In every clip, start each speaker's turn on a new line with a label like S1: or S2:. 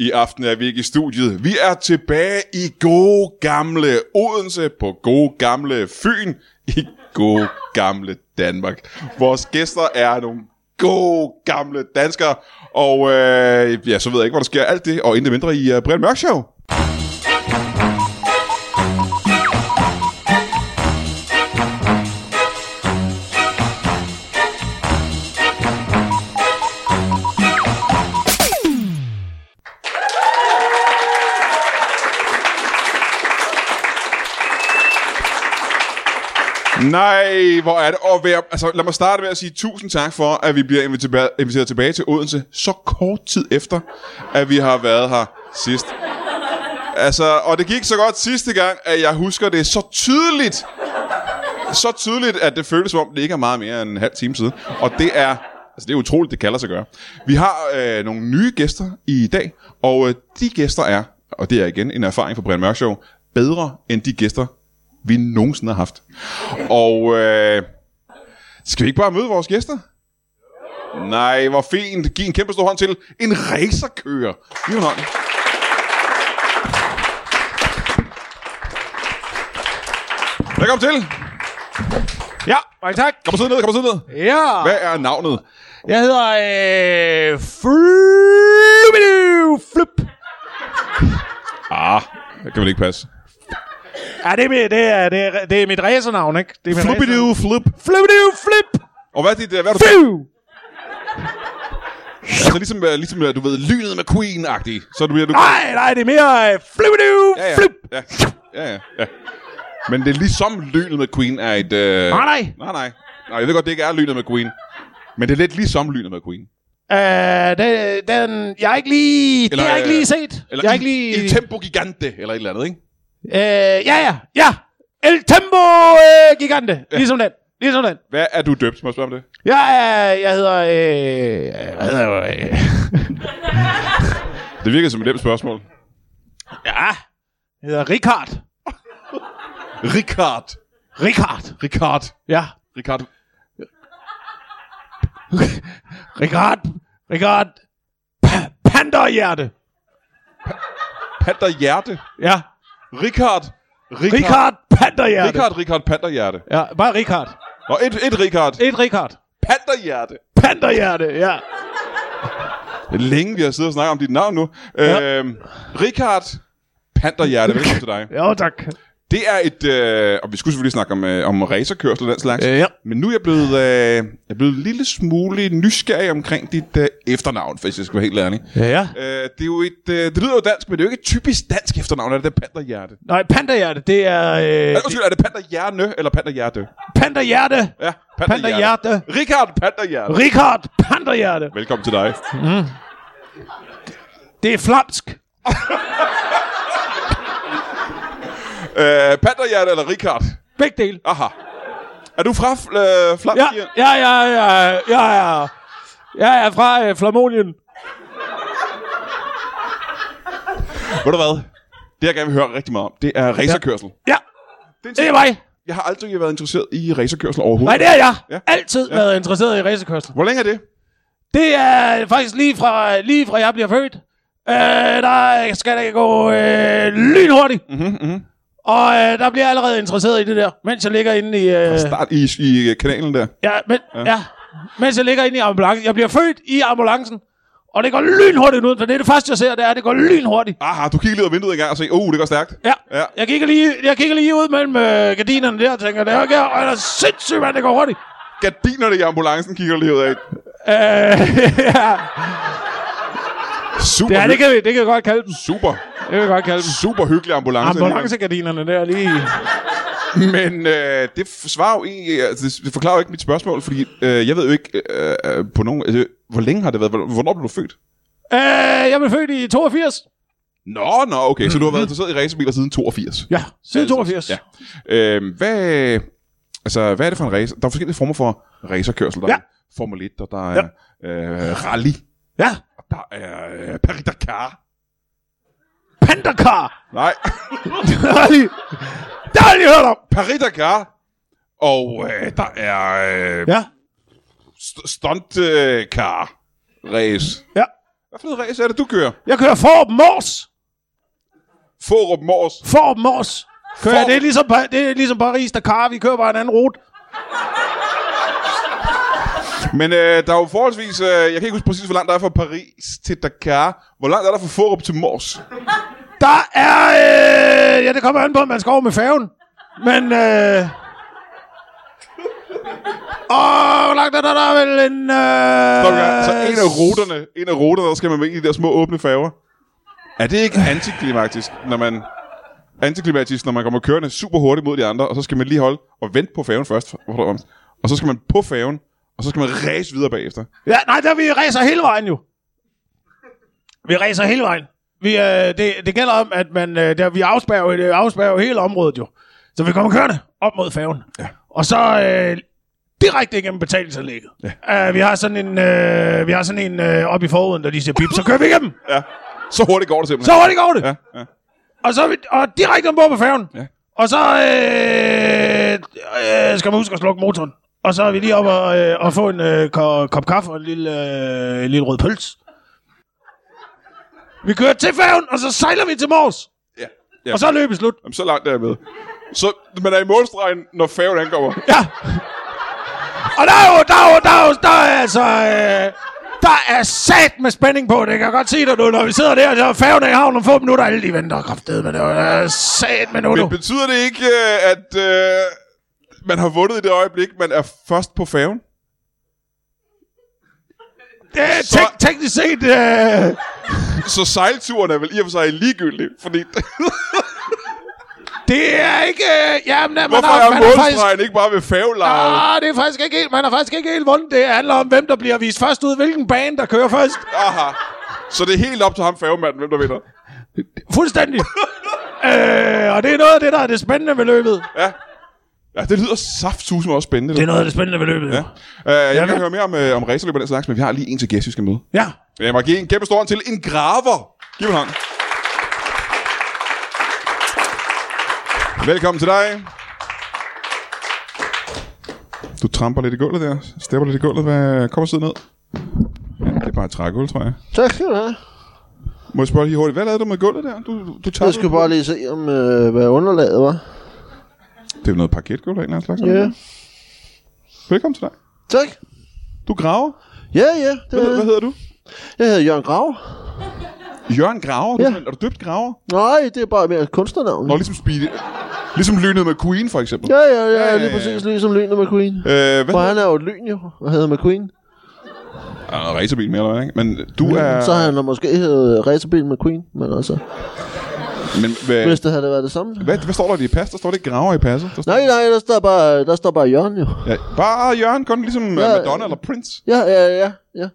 S1: I aften er vi ikke i studiet. Vi er tilbage i gode gamle Odense, på gode gamle Fyn, i gode gamle Danmark. Vores gæster er nogle gode gamle danskere, og øh, ja, så ved jeg ikke, hvor der sker alt det, og intet mindre i uh, Brian Mørk Show. Nej, hvor er det at være... Altså, lad mig starte med at sige tusind tak for, at vi bliver inviteret, inviteret tilbage til Odense så kort tid efter, at vi har været her sidst. Altså, og det gik så godt sidste gang, at jeg husker det så tydeligt. Så tydeligt, at det føles som om, det ikke er meget mere end en halv time siden. Og det er... Altså, det er utroligt, det kalder sig at gøre. Vi har øh, nogle nye gæster i dag, og øh, de gæster er, og det er igen en erfaring fra Brian Mørk Show, bedre end de gæster, vi nogensinde har haft. Og øh, skal vi ikke bare møde vores gæster? Nej, hvor fint. Giv en kæmpe stor hånd til en racerkører. Giv en hånd. Velkommen til.
S2: Ja, mange tak.
S1: Kom og sidde ned, kom og sidde ned.
S2: Ja,
S1: Hvad er navnet?
S2: jeg hedder øh, Flubidoo Flup.
S1: Ah, det kan vel ikke passe.
S2: Ja, det er, mit- det er, det er, det er mit racernavn, ikke? Det er mit
S1: Flubidoo flip.
S2: Flubidoo Flip.
S1: Og hvad er det, der- hvad er du
S2: Fy!
S1: Altså ligesom, øh, ligesom øh, du ved, lynet med Queen-agtig. Så bliver du...
S2: Nej, nej, det er mere øh, Flubidoo
S1: ja, ja.
S2: Flup.
S1: Ja. ja, ja, ja. Men det er ligesom lynet med Queen er et... Øh...
S2: Ah, Nej, nej.
S1: Nej, nej. Nej, jeg ved godt, det ikke er lynet med Queen. Men det er lidt ligesom lynet med Queen.
S2: Øh, den, den, jeg har ikke lige, eller,
S1: Eller,
S2: det har jeg ikke lige
S1: øh,
S2: set. jeg har ikke lige...
S1: Il Tempo Gigante, eller et eller andet, ikke?
S2: øh, ja, ja, ja. El Tempo øh, Gigante. Ligesom den. Ligesom den.
S1: Hvad er du døbt, må jeg spørge om det?
S2: Jeg, er, jeg hedder... Øh, hvad hedder jeg? Øh,
S1: Det virker som et nemt spørgsmål.
S2: ja. Jeg hedder Richard.
S1: Richard.
S2: Richard.
S1: Richard.
S2: Ja.
S1: Richard.
S2: Richard. Richard. Pa- Panderhjerte.
S1: Panderhjerte.
S2: Ja.
S1: Richard.
S2: Richard Panderhjerte.
S1: Richard, Richard Panderhjerte.
S2: Ja, bare Richard.
S1: Nå, et, et Richard.
S2: Et Richard.
S1: Panderhjerte.
S2: Panderhjerte, ja.
S1: Det er længe, vi har siddet og snakket om dit navn nu. Ja. Øhm, Richard Panderhjerte, velkommen til dig.
S2: Jo, tak.
S1: Det er et... Øh, og vi skulle selvfølgelig snakke om, øh, om racerkørsel og den slags.
S2: Øh, ja.
S1: Men nu er jeg blevet, øh, jeg er blevet en lille smule nysgerrig omkring dit øh, efternavn, hvis jeg skal være helt ærlig.
S2: Ja, ja.
S1: Øh, det, er jo et, øh, det lyder jo dansk, men det er jo ikke et typisk dansk efternavn, er det det panderhjerte?
S2: Nej, Panderhjerte, det er... Øh,
S1: Øh, undskyld, er det panderhjerne eller panderhjerte?
S2: Panderhjerte.
S1: Ja,
S2: Panderhjerte.
S1: Richard Panderhjerte.
S2: Richard Panderhjerte.
S1: Velkommen til dig.
S2: Det er flamsk.
S1: Øh, panderhjerte eller Richard?
S2: Begge dele.
S1: Aha. Er du fra øh, Flam?
S2: Ja, ja, ja, ja, ja, ja. Jeg er fra øh, Flamonien.
S1: Ved du hvad? Det jeg gerne vil høre rigtig meget om, det er racerkørsel.
S2: Ja,
S1: Det er en
S2: det
S1: ting,
S2: er mig.
S1: jeg har aldrig været interesseret i racerkørsel overhovedet.
S2: Nej, det er jeg.
S1: Ja.
S2: Ja. Altid
S1: Ja.
S2: ja. været interesseret i racerkørsel.
S1: Hvor længe er det?
S2: Det er faktisk lige fra, lige fra jeg bliver født. Øh, der skal det gå øh, lynhurtigt. Mm-hmm, mm-hmm. Og øh, der bliver jeg allerede interesseret i det der, mens jeg ligger inde i... Øh,
S1: Start i, i øh, kanalen der.
S2: ja, men, ja. ja, mens jeg ligger inde i ambulancen. Jeg bliver født i ambulancen. Og det går lynhurtigt ud, for det er det første, jeg ser, det er, at det går lynhurtigt.
S1: Aha, du kigger lige ud af vinduet en gang og siger, oh, det går stærkt.
S2: Ja.
S1: Ja.
S2: ja. Jeg, kigger lige, jeg kigger lige ud mellem øh, gardinerne der og tænker, det er, okay, og det er sindssygt, man, det går hurtigt.
S1: Gardinerne i ambulancen kigger du lige ud af.
S2: Øh, ja.
S1: Super,
S2: Det, er, det,
S1: hy-
S2: kan vi, det kan vi godt kalde dem.
S1: super,
S2: Det kan vi godt kalde dem.
S1: super hyggelig ambulance.
S2: Ambulancegardinerne der lige...
S1: Men øh, det f- svarer jo egentlig, altså, det- det forklarer jo ikke mit spørgsmål, fordi øh, jeg ved jo ikke øh, øh, på nogen... Altså, hvor længe har det været? Hvor- Hvornår blev du født?
S2: Øh, jeg blev født i 82.
S1: Nå, nå, okay. Så du har været interesseret i racerbiler siden 82?
S2: Ja, siden 82.
S1: Ja. Øhm, hvad, altså, hvad er det for en race? Der er forskellige former for racerkørsel. Der
S2: Ja.
S1: er Formel 1, og der er øh, rally,
S2: ja.
S1: og der er øh, Paris-Dakar.
S2: Panderkar.
S1: Nej,
S2: Det har jeg lige, det har jeg lige hørt om.
S1: Paris-Dakar. Og øh, der er øh,
S2: Ja,
S1: st- stuntcar race.
S2: ja.
S1: Hvad for noget race er det, du kører?
S2: Jeg kører Forb Mors.
S1: Forup Mors.
S2: Forb Mors. Kører jeg,
S1: Forb-
S2: det, er ligesom, Pa- det er ligesom Paris, der kar. Vi kører bare en anden rute.
S1: Men øh, der er jo forholdsvis... Øh, jeg kan ikke huske præcis, hvor langt der er fra Paris til Dakar. Hvor langt er der fra Forup til Mors?
S2: Der er... Øh, ja, det kommer an på, om man skal over med færgen. Men... Øh, og hvor langt er der, der er vel en... Øh,
S1: Stop, ja. Så en af ruterne, en af ruterne, der skal man med i de der små åbne færger. Er det ikke antiklimatisk, når man antiklimatisk, når man kommer kørende super hurtigt mod de andre, og så skal man lige holde og vente på færgen først, hvor der om, og så skal man på færgen, og så skal man ræse videre bagefter.
S2: Ja, nej, der vi racer hele vejen jo. Vi racer hele vejen. Vi, øh, det, det gælder om, at man, øh, der, vi afspærrer, jo- det afspærrer jo hele området jo. Så vi kommer kørende op mod færgen. Ja. Og så øh, direkte igennem betalingsanlægget. Ja. Uh, vi har sådan en, øh, vi har sådan en øh, op i foruden, der lige siger pip, så kører vi igennem.
S1: Ja. Så hurtigt går det simpelthen.
S2: Så hurtigt går det.
S1: Ja, ja.
S2: Og så er vi, og direkte ombord på færgen.
S1: Ja.
S2: Og så øh, øh, skal man huske at slukke motoren. Og så er vi lige oppe og, øh, og få en øh, ko- kop kaffe og en lille, øh, en lille rød pøls. Vi kører til færgen, og så sejler vi til Mors.
S1: Ja. ja.
S2: Og så er løbet slut.
S1: Jamen, så langt er jeg med. Så man er i målstregen, når færgen ankommer.
S2: Ja. Og der er jo, der er jo, der er jo, der er altså... Øh, der er sat med spænding på det. Jeg kan godt se det nu, når vi sidder der, og så er færgen er i havn om få minutter. Alle de venter kraftedeme. med det. Der er øh, sat med nu.
S1: Men betyder det ikke, øh, at øh, man har vundet i det øjeblik, man er først på færgen?
S2: Øh,
S1: Så-
S2: tek- teknisk set... Øh,
S1: Så sejlturen er vel i og for sig ligegyldig, fordi...
S2: det er ikke... Øh, jamen, man
S1: Hvorfor
S2: har,
S1: er
S2: man har faktisk...
S1: målstregen ikke bare ved fævlejet?
S2: Ah, det er faktisk ikke helt, man har faktisk ikke helt vundet. Det handler om, hvem der bliver vist først ud, hvilken bane, der kører først.
S1: Aha. Så det er helt op til ham færgemanden, hvem der vinder.
S2: Fuldstændig. øh, og det er noget af det, der er det spændende ved løbet.
S1: Ja. Ja, det lyder saftsusme også spændende.
S2: Det er
S1: Det.
S2: noget af det spændende ved løbet.
S1: Ja.
S2: Ja.
S1: Uh, jeg kan
S2: men-
S1: høre mere om, uh, om racerløb og den slags, men vi har lige en til gæst, vi skal møde.
S2: ja.
S1: Jeg må give en kæmpe stor hånd til en graver. Giv mig en hånd. Velkommen til dig. Du tramper lidt i gulvet der. Stepper lidt i gulvet. Hvad kommer sidde ned? Ja, det er bare et trægulv, tror jeg.
S3: Tak skal du have.
S1: Må jeg spørge lige hurtigt, hvad lavede du med gulvet der? Du, du, du
S3: Jeg skulle bare lige se, om, øh, hvad underlaget var.
S1: Det er noget parketgulv af en eller anden slags?
S3: Ja.
S1: eller? Velkommen til dig.
S3: Tak.
S1: Du graver.
S3: Ja, ja. Det
S1: Hvad,
S3: var
S1: hedder, hvad
S3: det.
S1: hedder du?
S3: Jeg hedder Jørgen Grav.
S1: Jørgen Graver. Du
S3: Ja.
S1: er simpelthen- Er du døbt Graver?
S3: Nej, det er bare mere et kunstnernavn.
S1: Nå, ligesom Speedy. Ligesom lynet med Queen, for eksempel.
S3: Ja, ja, ja.
S1: ja,
S3: Lige
S1: ja.
S3: præcis ligesom Lyn og McQueen.
S1: Øh, hvad
S3: For han er jo et lyn jo, og hedder McQueen.
S1: Der er noget racerbil mere, eller hvad, ikke? Men du er...
S3: Mm, Så har han nok måske heddet øh, Racerbil McQueen, men altså,
S1: Men, hvad,
S3: hvis det havde været det samme.
S1: hvad, hvad, står der i pas? Der står det ikke graver i passet. Der står,
S3: Nej, nej, der står bare, der står bare Jørgen jo.
S1: Ja, bare Jørgen, kun ligesom ja,
S3: Ja,
S1: Madonna eller Prince.
S3: Ja, ja, ja, ja.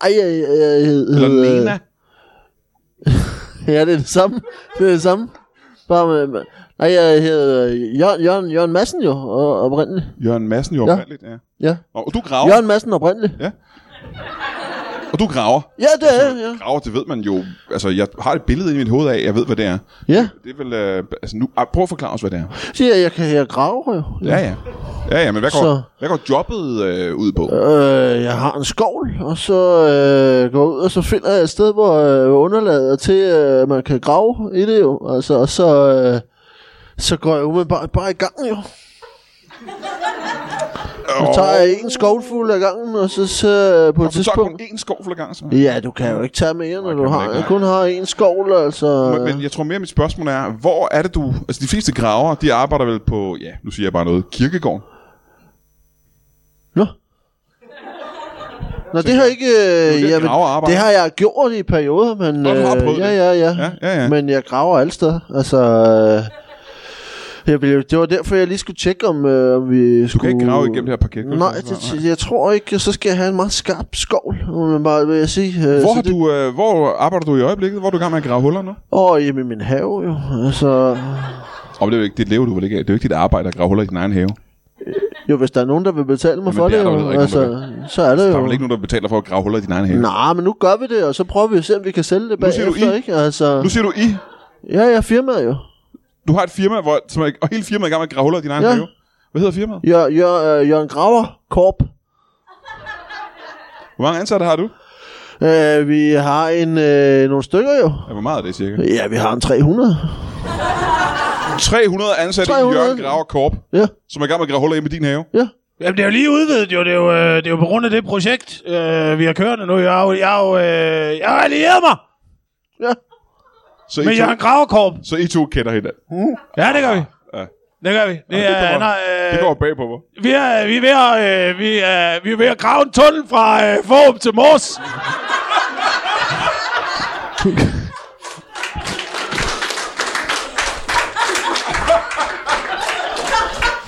S3: Ej, jeg, jeg, jeg hed,
S1: Eller
S3: hed, øh,
S1: Nena.
S3: Ja, det er det samme. Det er det samme. Bare med, med. Nej, jeg hedder øh, Jørgen, Jørgen, Jørgen Madsen jo, og, oprindeligt.
S1: Jørgen Madsen jo
S3: Ja.
S1: oprindeligt, ja.
S3: Ja.
S1: Nå, og du graver,
S3: Jørgen Madsen oprindeligt.
S1: og du graver.
S3: Ja, det er jeg, ja.
S1: Graver, det ved man jo. Altså, jeg har et billede inde i mit hoved af, jeg ved, hvad det er.
S3: Ja,
S1: Det er vel... Øh, altså, nu, ah, prøv at forklare os, hvad det er.
S3: siger jeg, jeg kan her grave jo.
S1: Ja, ja. Ja, ja, men hvad går,
S3: Så-
S1: hvad går jobbet øh, ud på?
S3: Øh, jeg har en skovl, og så øh, går jeg ud, og så finder jeg et sted, hvor øh, underlaget er til, øh, man kan grave i det jo. Altså, og så, øh, så går jeg umiddelbart bare i gang jo. Så tager jeg en skovlfuld af gangen, og så, så øh, på et
S1: Og så tager kun
S3: tidspunkt...
S1: én skov for gang, så.
S3: Ja, du kan jo ikke tage
S1: Nej,
S3: mere, når du
S1: kan man
S3: har,
S1: ikke, nej.
S3: kun har en skovl, altså...
S1: Men, men jeg tror mere, mit spørgsmål er, hvor er det du... Altså, de fleste graver, de arbejder vel på, ja, nu siger jeg bare noget, kirkegården.
S3: Nå. Nå, det har ikke...
S1: det
S3: Øh,
S1: er
S3: jamen,
S1: gravearbejde.
S3: det har jeg gjort i perioder, men...
S1: Nå, du har
S3: øh,
S1: prøvet
S3: ja,
S1: det.
S3: ja, ja,
S1: Ja, ja, ja.
S3: Men jeg graver alle steder. Altså... Øh, Jeg blev, det var derfor, jeg lige skulle tjekke, om, øh, om vi
S1: Du kan
S3: skulle...
S1: ikke grave igennem det her parket.
S3: Nej, det, jeg tror ikke, så skal jeg have en meget skarp skovl, må man bare, vil jeg sige. Øh,
S1: Hvor,
S3: så
S1: har
S3: det-
S1: du, øh, hvor arbejder du i øjeblikket? Hvor er du i gang med at grave huller nu?
S3: Åh, hjemme i min have jo. Altså,
S1: Og det er jo ikke dit leve, du vil ikke af. Det er jo ikke dit arbejde at grave huller i din egen have.
S3: jo, hvis der er nogen, der vil betale mig
S1: Jamen,
S3: for
S1: det er der
S3: det,
S1: jo
S3: jo,
S1: ikke nogen,
S3: altså, så er det
S1: Der er
S3: jo.
S1: vel ikke nogen, der betaler for at grave huller i din egen have.
S3: Nej, men nu gør vi det, og så prøver vi at se, om vi kan sælge det
S1: Nu siger du
S3: bagefter,
S1: I.
S3: ikke? Altså,
S1: Nu siger du I.
S3: ja, ja, firmaet jo.
S1: Du har et firma, hvor, som er, og hele firmaet er i gang med at grave huller i din egen
S3: Ja.
S1: have. Hvad hedder firmaet?
S3: Jør, jør, øh, Jørgen Graver Korp.
S1: Hvor mange ansatte har du?
S3: Øh, vi har en, øh, nogle stykker jo.
S1: Ja, hvor meget er det cirka?
S3: Ja, vi har en 300.
S1: 300 ansatte 300. i
S3: 300.
S1: Jørgen Graver Korp,
S3: Ja,
S1: som er i gang med at grave huller hjemme i din have.
S3: ja.
S2: Jamen, det er jo lige udvidet, jo. Det er jo, øh, det er jo på grund af det projekt, øh, vi har kørende nu. Jeg har jo, jeg har jo, øh, jeg har allieret mig
S3: Ja,
S1: Så I,
S2: med
S1: to,
S2: Jørgen Graverkorp.
S1: så I to kender hinanden.
S2: Ja, det gør vi.
S1: Ja.
S2: Det gør vi. Det,
S1: Mm. det
S2: er,
S1: kommer-
S2: nej,
S1: Det
S2: øh,
S1: går bag på mig.
S2: vi, er, vi, er ved at, øh, vi, er, vi er ved at grave en tunnel fra øh, Forhåb til Mors.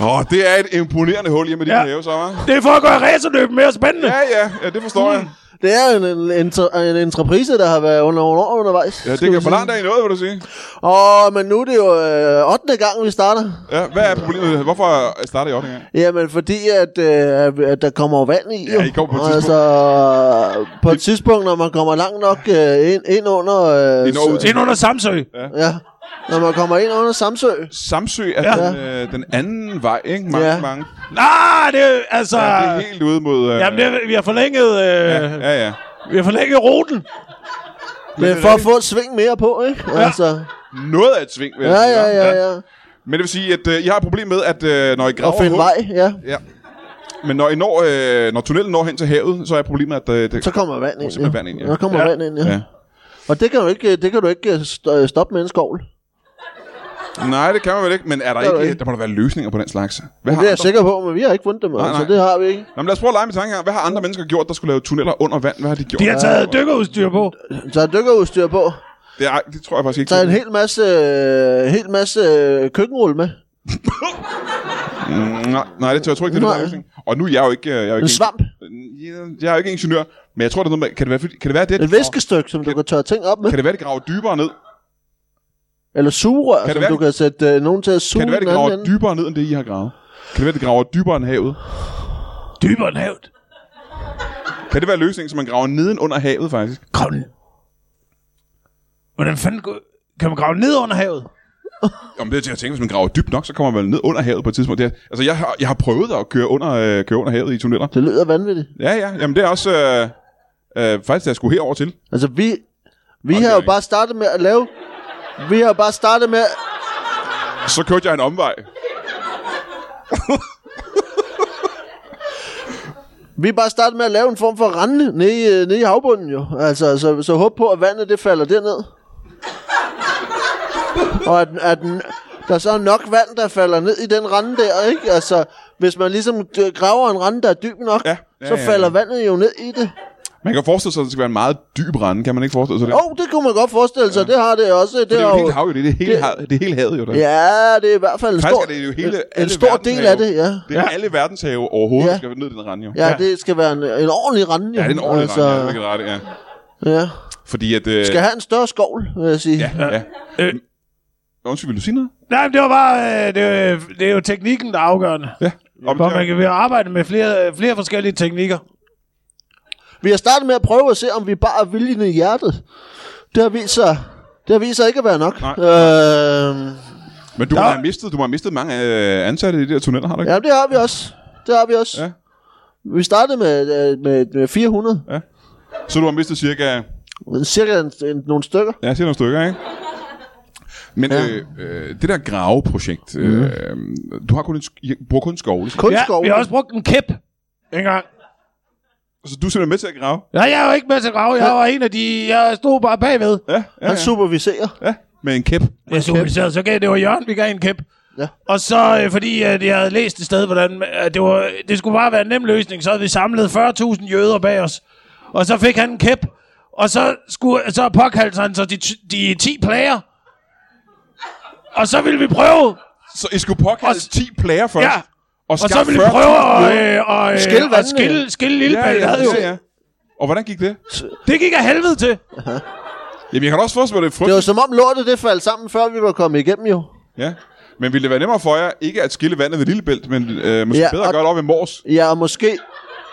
S1: Åh, det er et imponerende hul hjemme i din
S2: Ja.
S1: ja. have, så hva'?
S2: Det er for at gøre racerløbet mere spændende.
S1: Ja, ja, ja, det forstår
S2: Mm.
S1: jeg.
S3: det er en, en, en, en entreprise, der har været under nogle år undervejs.
S1: Ja, det
S3: skal vi
S1: kan, hvor
S3: sige.
S1: langt er I nået, vil du sige?
S3: Åh, men nu er det jo øh, 8. gang, vi starter.
S1: Ja, hvad er problemet? Hvorfor starter I op engang?
S3: Jamen, fordi at, øh, at- at der kommer jo vand i. jo.
S1: I går på et
S3: altså, på et tidspunkt, når man kommer langt nok øh, ind, ind under... Øh,
S1: Ind over ud
S3: så-
S1: til-
S2: Ind under Samsø.
S3: Ja, når man kommer ind under Samsø.
S1: Samsø er
S2: Ja.
S1: ja. den, øh, den anden vej, ikke? Mange, ja.
S3: Ja.
S1: mange.
S2: Nej, det er altså...
S1: Ja, det er helt ude mod... Øh,
S2: Jamen, det, er- vi har forlænget... Øh,
S1: Ja, ja.
S2: Vi har forlænget ruten.
S3: Men for at få et sving mere på, ikke? Altså,
S1: Noget af et sving, vil jeg
S3: ja,
S1: sige,
S3: ja, ja, ja.
S1: Men det vil sige, at øh, I har et problem med, at øh, når I
S3: Og
S1: graver
S3: finde
S1: hul-
S3: vej, ja.
S1: Ja. Men når, I når, øh, når tunnelen når hen til havet, så er problemet, at øh, det...
S3: Så kommer vand ind,
S1: simpelthen vand ind, ja.
S3: Så kommer
S2: Ja.
S3: vand ind, ja.
S1: Ja.
S3: Og det kan du ikke, det kan du ikke øh, st- øh, stoppe med en skovl.
S1: Nej, det kan man vel ikke, men er der
S3: Det er der
S1: ikke...
S3: ikke.
S1: Der må der være løsninger på den slags. Hvad
S3: Det
S1: har
S3: er jeg
S1: andre...
S3: sikker på, men vi har ikke fundet dem,
S1: Nej,
S3: altså,
S1: nej.
S3: det har vi ikke.
S1: Nå, men lad os prøve at lege med tanken her. Hvad har andre mennesker gjort, der skulle lave tunneller under vand? Hvad har de gjort?
S2: De har taget dykkerudstyr på.
S3: Så er dykkerudstyr på.
S1: Det, er, det tror jeg faktisk ikke.
S3: Så er en hel masse, øh, hel masse øh, køkkenrulle med.
S1: Mm, nej, nej, det tror jeg, jeg tror ikke, det er
S3: Nej.
S1: den løsning. Og nu er jeg jo ikke... øh, Jeg er jo ikke
S3: En svamp.
S1: ingen- Jeg er jo ikke ingeniør, men jeg tror, det er noget med... Kan det være, fordi- kan det være det, at de
S3: Et viskestykke, som du kan tørre ting op med.
S1: Kan det være, de graver dybere ned?
S3: Eller sugerør,
S1: Kan det
S3: som
S1: være,
S3: du
S1: det-
S3: kan sætte øh, nogen til at suge
S1: Kan det være, de
S3: den anden
S1: graver
S3: ende.
S1: dybere ned, end det, I har gravet? Kan det være, de graver dybere end havet?
S2: Dybere end havet.
S1: Kan det være løsningen, så man graver neden under havet, faktisk?
S2: Grav den. Hvordan fanden gå- kan man grave ned under havet?
S1: Jamen, det er til at tænke, hvis man graver dybt nok, så kommer man vel ned under havet på et tidspunkt. Det er, altså, jeg har, jeg har prøvet at køre under, øh, køre under havet i tunneller.
S3: Det lyder vanvittigt.
S1: Ja, ja. Jamen, det er også... Øh, øh, faktisk, da jeg skulle herover til.
S3: Altså, vi, vi
S1: Og det
S3: har
S1: er
S3: jo
S1: ikke-
S3: bare startet med at lave... Vi har jo bare startet med...
S1: Så kørte jeg en omvej.
S3: Vi er bare startet med at lave en form for rende nede, i, øh, nede i havbunden jo. Altså, så, så håb på, at vandet det falder derned. Og at, at n- der så er nok vand, der falder ned i den rende der, ikke? Altså, hvis man ligesom øh, graver en rende, der er dyb nok,
S1: Ja. Ja,
S3: så
S1: ja, ja.
S3: falder vandet jo ned i det.
S1: Man kan forestille sig, at det skal være en meget dyb rende. Kan man ikke forestille sig det?
S3: Åh, oh, det kunne man godt forestille sig. Det har det også. Det,
S1: det er jo
S3: har
S1: et helt hav, jo. Det er, det hele,
S3: det-
S1: hav, det er hele havet, jo. Der.
S3: Ja, det er i hvert fald en
S1: Faktisk
S3: stor,
S1: er det jo hele-
S3: en- en
S1: alle
S3: stor del af
S1: verdenshave.
S3: det, ja.
S1: Det er
S2: Ja.
S1: alle verdenshave overhovedet,
S3: Ja.
S1: der skal ned i den rende, jo.
S3: Ja, ja. det skal være en, en ordentlig rende.
S1: Ja, det er en ordentlig altså... rende, ja, det er ret, ja.
S3: ja.
S1: Fordi at... Øh,
S3: Skal have en større skovl, vil jeg sige. Ja.
S1: ja.
S2: Øh.
S1: Undskyld, vil du sige noget?
S2: Nej, men det var bare... Øh, det, øh, det er jo teknikken, der er afgørende.
S1: Ja. Om,
S2: For man kan ved at arbejde med flere, øh, flere forskellige teknikker.
S3: Vi har startet med at prøve at se, om vi bare er viljen i hjertet. Det har vist sig, det har vist sig ikke at være nok.
S1: Nej.
S3: Øh,
S1: Men du
S2: Der-
S1: må, have mistet, du må have mistet mange øh, ansatte i de der tunneller, har du ikke?
S3: ja, det har vi også. Det har vi også.
S1: Ja.
S3: Ja. Vi startede med, øh, med, med 400.
S1: Så du har mistet cirka...
S3: Cirka en, en, nogle stykker.
S1: Ja, cirka nogle stykker, ikke? Men ja. øh, øh, det der graveprojekt, øh, du har kun en, sk- I bruger kun en skovle.
S3: Mhm. Kun
S2: Ja,
S3: skovl.
S2: vi har også brugt en kæp en gang.
S1: Så du er simpelthen med til at grave?
S2: Nej, jeg er jo ikke med til at grave. Jeg var en af de... Jeg stod bare bagved.
S1: Ja, ja,
S3: Han
S1: ja.
S3: superviserer.
S1: ja. Med en kæp.
S2: Jeg superviserede, så gav det var Jørgen, vi gav en kæp.
S3: Ja.
S2: Og så, øh, fordi at jeg havde læst et sted, hvordan at det, var, det skulle bare være en nem løsning, så havde vi samlet 40.000 jøder bag os. Og så fik han en kæp, og så, skulle, så påkaldte han så de, ty- de 10 plager. Og så ville vi prøve,
S1: Så I skulle påkalde
S2: Og s-
S1: 10 plager først.
S2: Ja.
S1: Og,
S2: Og så
S1: skaffe
S2: ville vi prøve
S1: 40.000 euro.
S2: at, øh, og, øh,
S3: Skille
S2: og
S3: vandene.
S2: skille, skille lille
S1: Ja, ja,
S2: jo.
S1: ja, ja. Og hvordan gik det?
S2: Det gik af helvede til.
S1: Jamen, jeg kan da også forestille mig, det er
S3: Det var
S1: frygteligt.
S3: som om lortet det faldt sammen, før vi var kommet igennem jo.
S1: Ja. Men ville det være nemmere for jer, ikke at skille vandet ved Lillebælt, men øh, måske ja,
S3: Ja,
S1: bedre at
S3: og-
S1: gøre det op i Mors?
S3: Ja, og måske,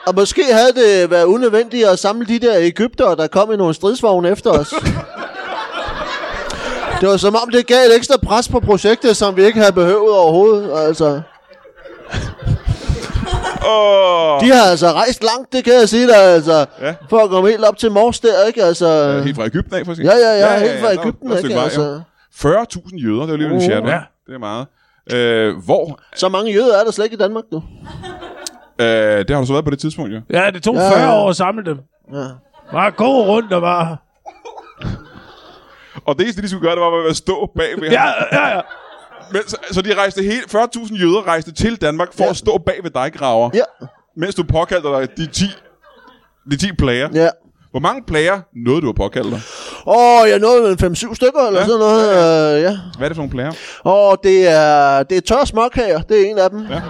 S3: og måske havde det været unødvendigt at samle de der Ægypter, der kom i nogle stridsvogne efter os. det var som om, det gav et ekstra pres på projektet, som vi ikke havde behøvet overhovedet. Altså,
S1: Åh,
S3: de har altså rejst langt, det kan jeg sige dig, altså.
S1: Ja.
S3: Ja. For at komme helt op til Mors der, ikke? Altså,
S1: øh, helt fra Ægypten af, for eksempel.
S3: ja, ja, ja, helt fra
S1: Nå,
S3: Ægypten,
S1: der er et stykke
S3: ikke?
S1: vej, jo.
S3: Altså,
S1: 40.000 jøder, det er lige en chat, ja.
S2: ja.
S1: Det er meget. Øh, hvor?
S3: så mange jøder er der slet ikke i Danmark nu.
S1: Øh, det har du så været på det tidspunkt, jo.
S2: Ja, det tog
S3: Ja,
S2: 40
S3: ja.
S2: år at samle dem.
S3: Ja.
S2: Bare gå rundt og bare...
S1: Og det eneste, de skulle gøre, det var bare at stå bag ved
S2: Ja,
S1: ham.
S2: ja, ja.
S1: Men, så, så, de rejste hele, 40.000 jøder rejste til Danmark for ja.
S3: Ja.
S1: at stå bag ved dig, Graver.
S3: Ja,
S1: Mens du påkaldte dig de 10, de 10 plager. Ja.
S3: ja.
S1: Hvor mange plager nåede du at påkalde dig?
S3: Åh, jeg nåede med 5-7 stykker eller
S1: Ja.
S3: ja. sådan noget. Øh, ja.
S1: Hvad er det for nogle plager?
S3: Og det er, det er tørre småkager, det er en af dem.
S1: Ja.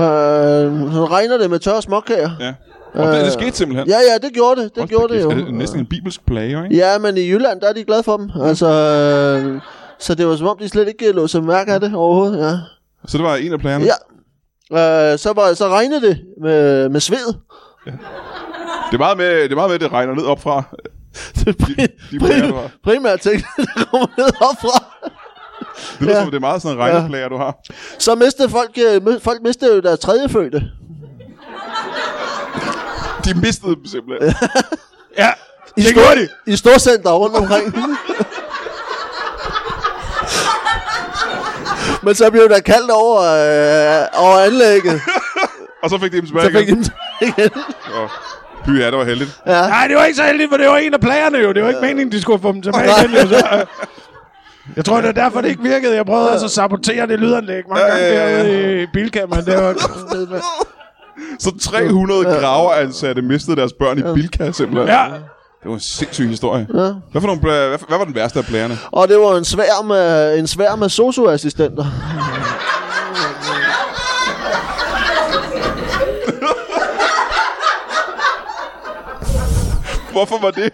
S3: Ja. Øh, så regner det med tørre småkager.
S1: Ja. Og øh, det, det, skete simpelthen.
S3: Ja, ja, det gjorde det. Det
S1: Hold da
S3: gjorde det
S1: kæft,
S3: jo.
S1: Er det næsten en bibelsk plage, ikke?
S3: Ja, men i Jylland, der er de glade for dem. Altså, øh, så det var som om, de slet ikke lå sig mærke af det overhovedet. Ja.
S1: Så det var en af plagerne.
S3: ja. Øh, så, var, så regnede det med, med sved.
S1: Det er meget med, det er meget med, at det regner ned opfra.
S3: Det er pri-
S1: de plager, du har.
S3: primært ting, der kommer ned opfra.
S1: Det lyder
S3: Ja.
S1: ja. som, det er meget sådan en regneplager, du har.
S3: Så mistede folk, øh, mi- folk mistede jo deres tredjefødte.
S1: De mistede dem simpelthen.
S2: ja.
S3: I
S2: Det
S3: stor-
S2: gjorde de.
S3: I storcenter rundt omkring. Men så blev der kaldt over, øh, over anlægget.
S1: Og så fik de dem
S3: Så
S1: tilbage
S3: fik de
S1: igen.
S3: dem igen.
S1: Åh, Fy ja, det var heldigt.
S2: Nej, det var ikke så heldigt, for det var en af plagerne jo. Det var ikke meningen, de skulle få dem tilbage igen. Jo. Så, øh, jeg tror, det er derfor, det ikke virkede. Jeg prøvede altså at sabotere det lydanlæg mange
S1: Ja,
S2: gange
S1: ja, ja.
S2: derude i bilkammeren. Det var...
S1: Så 300 graveansatte mistede deres børn i Bilka simpelthen.
S2: Ja,
S1: Det var en sindssyg historie. Ja. Hvad, for nogle, pla- hvad, for- hvad var den værste af plagerne?
S3: Og det var en svær med, en svær med socioassistenter.
S1: Hvorfor var det?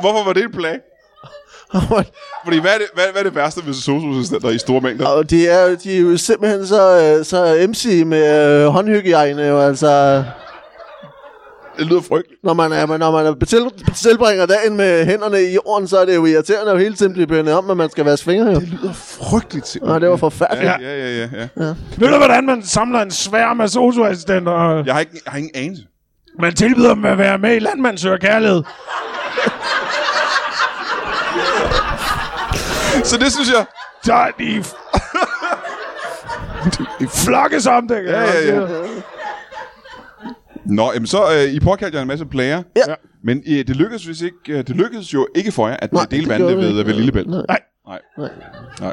S1: Hvorfor var det en plage? Fordi hvad er det, hvad, hvad er det værste ved socioassistenter i store mængder?
S3: Og de er, jo- de er jo simpelthen så, øh, så MC med øh, håndhygiejne. Jo. Altså,
S1: Det lyder frygteligt.
S3: når man, er, når man er betil, tilbringer dagen med hænderne i jorden, så er det jo irriterende at hele tiden blive blandet om, at man skal vaske fingre. Jo.
S1: Det lyder frygteligt simpelthen.
S3: Og det var forfærdeligt.
S1: Ja, ja, ja, ja. ja.
S2: ved du, hvordan man samler en svær med socioassistenter? og
S1: Jeg har ikke, jeg har ingen anelse.
S2: Man tilbyder dem at være med i Landmand Søger Kærlighed.
S1: Så det synes jeg...
S2: Så de... de flokkes om det. kan
S1: Ja,
S2: jeg
S1: ja,
S2: også
S1: ja.
S2: sige.
S1: Nå, jamen så, øh, I påkaldte jer en masse plager.
S3: Ja.
S1: Men øh, det, lykkedes hvis ikke, øh, det lykkedes jo ikke for jer, at Nej, dele
S3: det
S1: vandet
S3: gjorde det
S1: ved,
S3: ikke.
S1: ved Lillebælt.
S3: Nej.
S2: Nej,
S1: Nej.
S3: Nej.
S1: Nej.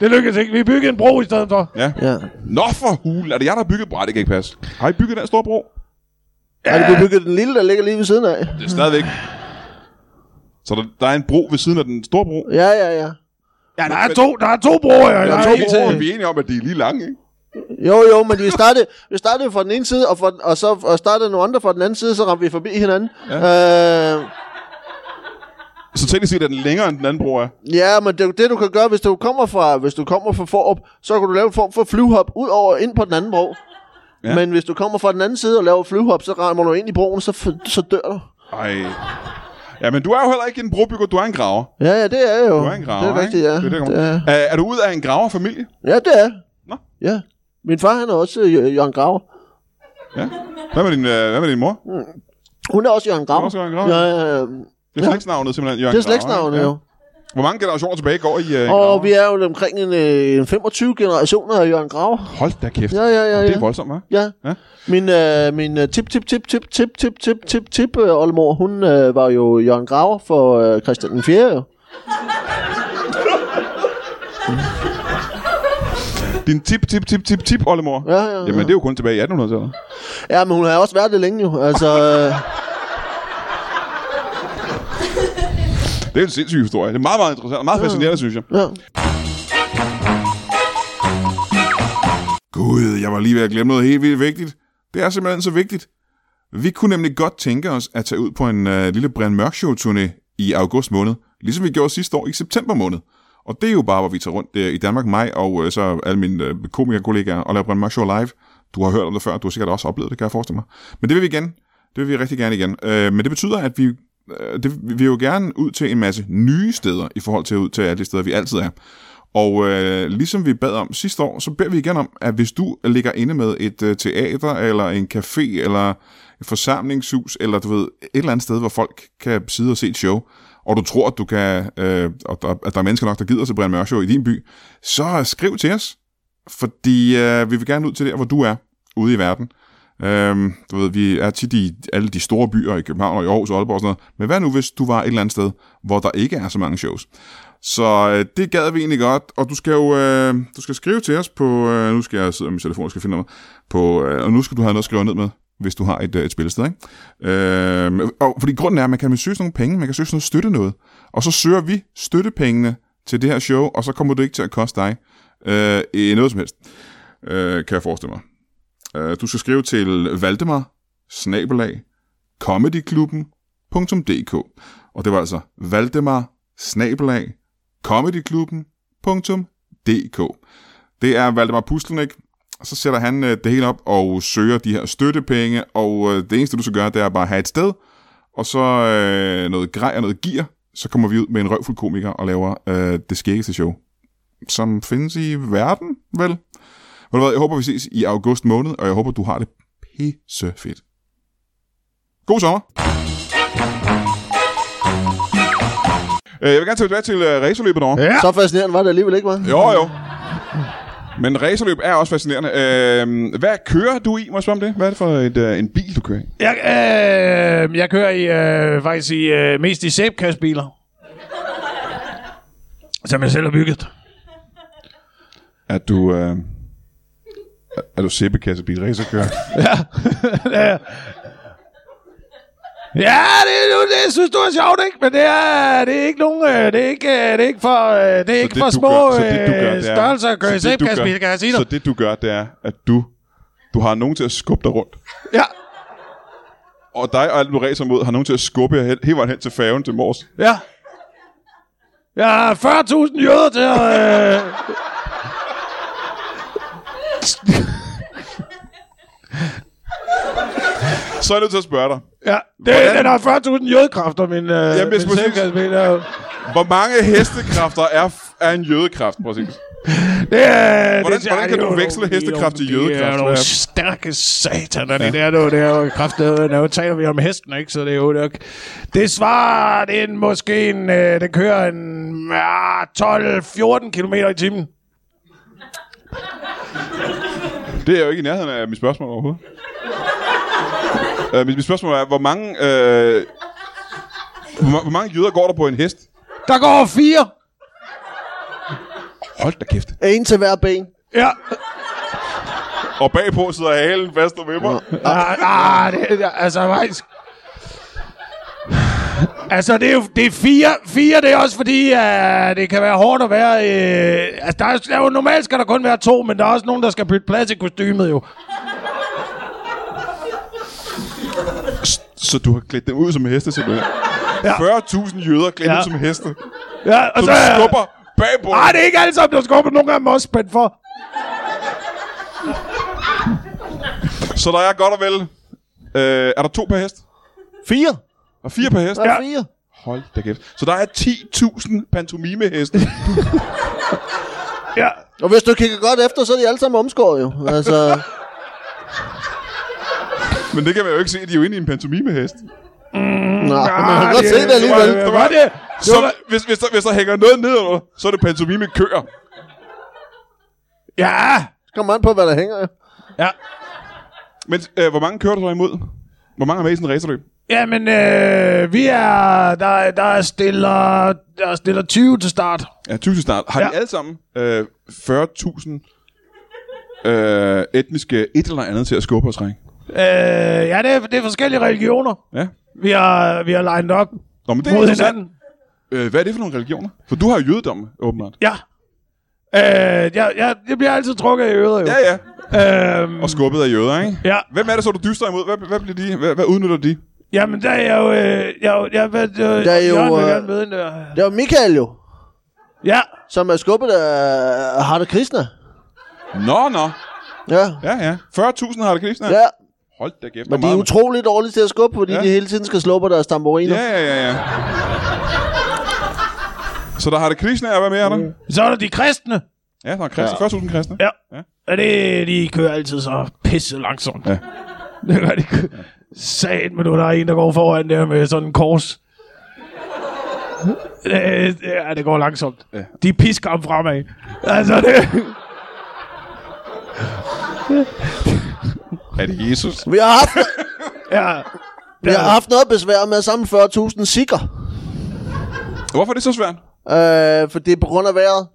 S2: det lykkedes ikke. Vi byggede en bro i stedet for.
S1: Ja.
S3: Ja.
S1: Nå for hul, er det jeg, der har bygget bræt? Det kan ikke passe. Har I bygget den store bro?
S3: ja. Og de blev bygget den lille, der ligger lige ved siden af.
S1: Det er stadigvæk. Så der, der er en bro ved siden af den store bro.
S3: Ja, ja, ja.
S2: Ja, der er to, der er to broer. Ja,
S1: Der
S2: der
S1: er
S2: er
S1: to
S2: en til-
S1: broer, vi er enige om, at de er lige lange, ikke?
S3: Jo, jo, men vi startede, vi startede fra den ene side, og, for, den- og så og startede nogle andre fra den anden side, så ramte vi forbi hinanden. Ja, øh,
S1: Så teknisk set er den længere, end den anden bro er.
S3: ja men det, er jo det du kan gøre, hvis du kommer fra, hvis du kommer fra Forup, så kan du lave en form for flyvehop ud over ind på den anden bro.
S1: Ja.
S3: Ja. Men hvis du kommer fra den anden side og laver et flyvehop, så rammer du ind i broen, så, f- så dør du.
S1: Ej. Ja, men du er jo heller ikke en brobygger, du er en graver.
S3: Ja, ja, det er jeg jo.
S1: Du er en graver,
S3: det er rigtigt,
S1: ikke?
S3: ja.
S1: Det er, det, der
S3: det er.
S1: kommer. er, er du ud af en graverfamilie?
S3: Ja, det er.
S1: Nå.
S3: Ja. Min far, han er også øh, Jørgen Graver.
S1: Ja. Hvad med din, øh, hvad med din mor?
S3: Hun er også Jørgen Graver.
S1: også Jørgen Graver.
S3: Ja, ja, ja.
S1: Det er slægtsnavnet simpelthen, Jørgen
S3: Det er
S1: Graver,
S3: slægtsnavnet
S1: ikke?
S3: jo.
S1: Hvor mange generationer tilbage går I? Øh,
S3: Og
S1: og
S3: vi er jo omkring en, øh, en 25 generationer af Jørgen Grav.
S1: Hold da kæft.
S3: Ja, ja, ja,
S1: Det er
S3: ja.
S1: voldsomt, hva'?
S3: ja.
S1: Ja.
S3: Min, øh, min øh, tip, tip, tip, tip, tip, tip, tip, tip, tip, øh, oldemor, hun øh, var jo Jørgen Graver for øh, Christian den 4. Jo.
S1: Din tip, tip, tip, tip, tip, oldemor.
S3: Ja, ja, ja.
S1: Jamen, det er jo kun tilbage i 1800-tallet.
S3: Ja, men hun har også været det længe jo. Altså, øh,
S1: Det er en sindssyg historie. Det er meget, meget interessant og meget fascinerende, synes jeg.
S3: ja.
S1: Gud, jeg var lige ved at glemme noget helt vildt vigtigt. Det er simpelthen så vigtigt. Vi kunne nemlig godt tænke os at tage ud på en øh, lille Brian Mørk Show turné i august måned, ligesom vi gjorde sidste år i september måned. Og det er jo bare, hvor vi tager rundt øh, i Danmark, mig og øh, så alle mine øh, komikerkollegaer, og laver Brian Mørk Show live. Du har hørt om det før, du har sikkert også oplevet det, kan jeg forestille mig. Men det vil vi igen. Det vil vi rigtig gerne igen. Øh, men det betyder, at vi øh, det, vi vil jo gerne ud til en masse nye steder i forhold til ud til alle de steder, vi altid er. Og øh, ligesom vi bad om sidste år, så beder vi igen om, at hvis du ligger inde med et øh, teater, eller en café, eller et forsamlingshus, eller du ved, et eller andet sted, hvor folk kan sidde og se et show, og du tror, at, du kan, øh, og der, at der er mennesker nok, der gider til Brian Mørk Show i din by, så skriv til os, fordi øh, vi vil gerne ud til der, hvor du er ude i verden. Øhm, du ved, vi er tit i alle de store byer i København og i Aarhus og Aalborg og sådan noget. Men hvad nu, hvis du var et eller andet sted, hvor der ikke er så mange shows? Så øh, det gad vi egentlig godt, og du skal jo øh, du skal skrive til os på, øh, nu skal jeg sidde med min telefon, jeg skal finde noget, på, øh, og nu skal du have noget at skrive ned med, hvis du har et, øh, et spillested, ikke? Øh, og fordi grunden er, at man kan søge sådan nogle penge, man kan søge sådan noget støtte noget, og så søger vi støttepengene til det her show, og så kommer det ikke til at koste dig øh, i noget som helst, øh, kan jeg forestille mig. Øh, Du skal skrive til Valdemar, snabelag, comedyklubben.dk. Og det var altså Valdemar, snabelag, comedyklubben.dk. Det er Valdemar Puslenik. Så sætter han øh, det hele op og søger de her støttepenge, og øh, det eneste, du skal gøre, det er bare at have et sted, og så øh, noget grej og noget gear, så kommer vi ud med en røvfuld komiker og laver øh, det skæggeste show, som findes i verden, vel? Ved du hvad, jeg håber, vi ses i august måned, og jeg håber, du har det pisse fedt. God sommer! Øh, Jeg vil gerne tage tilbage til øh, racerløbet over.
S2: Ja.
S3: Så fascinerende var det alligevel ikke, var?
S1: Jo, jo. Men racerløb er også fascinerende. Øh, hvad kører du i? Må jeg spørge om det? Hvad er det for et, øh, en bil, du kører i?
S2: Jeg, øh, jeg kører i, øh, faktisk i, øh, mest i sæbkastbiler. som jeg selv har bygget.
S1: Er du... Øh, er- er du sæbekassebil racerkører?
S2: Ja, det, det, det synes du er sjovt, ikke? Men det er, det er ikke nogen... Øh, det, er ikke, øh, det er ikke for, øh, det er ikke
S1: det, du
S2: for små
S1: gør- så det, du gør,
S2: øh,
S1: det er-
S2: størrelser at køre i
S1: så det, du gør-
S2: sæbkastbiler, kan jeg sige dig.
S1: Så det, du gør, det er, at du, du har nogen til at skubbe dig rundt.
S2: Ja,
S1: Og dig og alt, du racer mod, har nogen til at skubbe jer hen, hele vejen hen til færgen til Mors.
S2: ja. Jeg har 40.000 jøder til at... Øh,
S1: Så er jeg nødt til at spørge dig.
S2: ja, det,
S1: Hvordan-
S2: den har 40.000 jødekræfter, min, øh,
S1: jeg
S2: min
S1: skulle sige-
S2: sæbkastbil. er-
S1: Hvor mange hestekræfter er, f- er en jødekraft, præcis?
S2: Det
S1: Hvordan-
S2: er, det,
S1: hvordan
S2: ej,
S1: kan
S2: det er
S1: du
S2: jo
S1: veksle
S2: nogle-
S1: hestekraft til jødekraft?
S2: Det er jo
S1: Hvad er
S2: nogle
S1: det?
S2: stærke sataner, det der nu. Det er jo kraftedet. Nu taler vi om hesten, ikke? Så det er jo nok... Det svarer, det er en, måske en... Øh, det kører en ja, 12-14 km i timen.
S1: Det er jo ikke i nærheden af mit spørgsmål overhovedet. Uh, mit, mit spørgsmål er, hvor mange, øh, hvor, ma- hvor mange jøder går der på en hest?
S2: Der går fire.
S1: Hold da kæft.
S3: En til hver ben.
S2: Ja.
S1: Og bagpå sidder halen fast og vipper.
S2: Ah, ah, det, er- altså, faktisk... Altså, det er jo det er fire, fire, det er også fordi, at det kan være hårdt at være... Øh, altså, der er, der er jo, normalt skal der kun være to, men der er også nogen, der skal bytte plads i kostymet, jo.
S1: Så du har klædt dem ud som heste simpelthen.
S2: Ja.
S1: 40.000 jøder klædt
S2: Ja.
S1: ud som heste.
S2: Ja, og
S1: Så
S2: så...
S1: du skubber bagpå.
S2: Nej, det er ikke alle sammen, der skubber. Nogle af dem er også spændt for.
S1: Så der er godt og vel... Øh, er der to per hest?
S3: Fire?
S1: Og fire per hest?
S3: Der er ja. fire.
S1: Hold da kæft. Så der er 10.000 pantomimeheste.
S2: Ja.
S3: Og hvis du kigger godt efter, så er de alle sammen omskåret jo. Altså,
S1: Men det kan man jo ikke se, de er jo inde i en pantomimehest.
S3: nej, man kan godt se det alligevel.
S2: Ah, Det var det. det
S1: Så
S2: var,
S1: hvis, hvis, der, hvis der hænger noget nedenunder, så er det pantomime køer.
S2: ja.
S3: Kom an på, hvad der hænger jo.
S2: Ja.
S1: Men øh, hvor mange kører du så imod? Hvor mange er med i sådan en racerløb?
S2: Jamen, øh, vi er... Der, der, stiller, der stiller 20 til start.
S1: Ja, 20 snart. Har ja. de
S2: Ja.
S1: alle sammen øh, 40.000 øh, etniske et eller andet til at skubbe og trække?
S2: Øh, ja, det er, det er forskellige religioner,
S1: Ja.
S2: vi har, vi har lined op
S1: Nå, men det er
S2: mod
S1: interessant.
S2: hinanden.
S1: Øh, hvad er det for nogle religioner? For du har jo jødedom, åbenbart.
S2: Ja. Øh, jeg, jeg, jeg bliver altid trukket i øret, jo.
S1: Ja, ja.
S2: Øhm,
S1: Og skubbet af jøder, ikke?
S2: ja,
S1: Hvem er det så, du dyster imod? Hvad, hvad, bliver de? Hvad, hvad udnytter de?
S2: jamen der er jo... Øh, jeg, jeg, jeg, jeg, jeg,
S3: Der er jo,
S2: Jørgen vil
S3: øh,
S2: gerne møde hende der.
S3: Det var Michael jo,
S2: Ja,
S3: som er skubbet af Harde Krishna.
S1: Nå, nå.
S3: Ja,
S1: Ja, ja. 40.000 har det knivsen ja.
S3: ja.
S1: Hold da kæft. hvor
S3: Men de er
S1: meget-
S3: utroligt dårlige til at skubbe, fordi
S1: Ja.
S3: ja. de hele tiden skal slå på deres tamburiner.
S1: Ja, ja, ja, ja. Så der har det kristne, og hvad mere er der?
S2: så er der de kristne.
S1: Mm. Ja, der er kristne. 40.000 kristne.
S2: Ja.
S1: Ja.
S2: ja. Og det, de kører altid så pisse langsomt.
S1: Ja.
S2: Ja. Det gør de. Ja. Sat, men nu der er en, der går foran der med sådan en kors. Øh, Ja, det går langsomt.
S1: Ja.
S2: Ja. De pisker ham fremad. Altså, det...
S1: Er det Jesus?
S3: Vi har haft,
S2: Ja.
S3: vi har haft noget besvær med at samle 40.000 sikker.
S1: Hvorfor er det så svært?
S3: Øh, for det er på grund af vejret.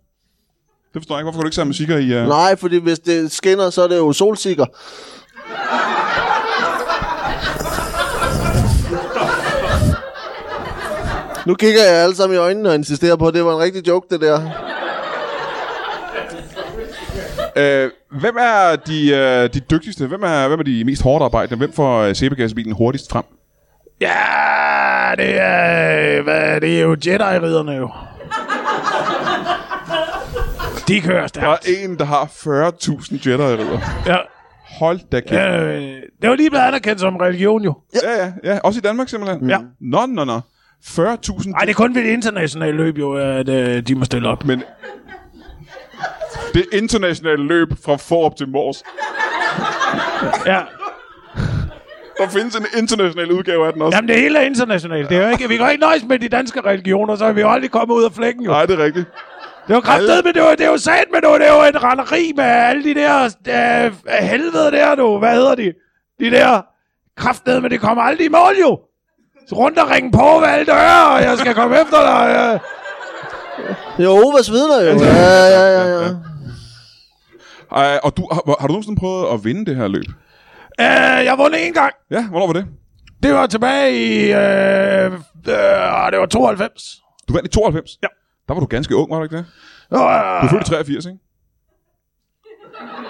S1: Det forstår jeg ikke. Hvorfor kan du ikke samle musikker i... Uh...
S3: Nej, fordi hvis det skinner, så er det jo solsikker. Nu kigger jeg alle sammen i øjnene og insisterer på, at det var en rigtig joke, det der.
S1: Øh, hvem er de, øh, de dygtigste? Hvem er, hvem er de mest hårdt arbejdende? Hvem får øh, sæbekassebilen hurtigst frem?
S2: Ja, det er, hvad, det er jo Jedi-ridderne jo. De kører
S1: Der er
S2: stærkt.
S1: en, der har 40.000 jedi-ridder.
S2: Ja.
S1: Hold da kæft. Ja.
S2: Øh, det var lige blevet anerkendt som religion jo.
S1: ja, ja, ja. Også i Danmark simpelthen?
S2: Mm. Ja.
S1: Nå, nå, nå. 40.000...
S2: Nej, det er kun ved det internationale løb jo, at øh, de må stille op.
S1: Men det internationale løb fra Forop til Mors.
S2: Ja.
S1: Der findes en international udgave af den også.
S2: Jamen, det hele er internationalt. Det er jo ikke, vi kan jo ikke nøjes med de danske religioner, så er vi jo aldrig kommet ud af flækken jo.
S1: Nej, det er rigtigt.
S2: Det var kraftedet, men det var, det var sat med nu. Det var en renneri med alle de der øh, helvede der, du. Hvad hedder de? De der kraftedet, men det kommer aldrig i mål, jo. Så rundt og ringe på ved alle døre, og jeg skal komme efter dig. Øh.
S3: Jehovas vidner jo. Ja, ja, ja, ja.
S1: Ej, og du, har, har du nogensinde prøvet at vinde det her løb?
S2: Øh, jeg vundet en gang.
S1: Ja, hvornår var det?
S2: Det var tilbage i... Øh, øh, det var 92.
S1: Du vandt i 92?
S2: Ja.
S1: Der var du ganske ung, var du ikke det?
S2: Øh,
S1: Du følte 83, ikke?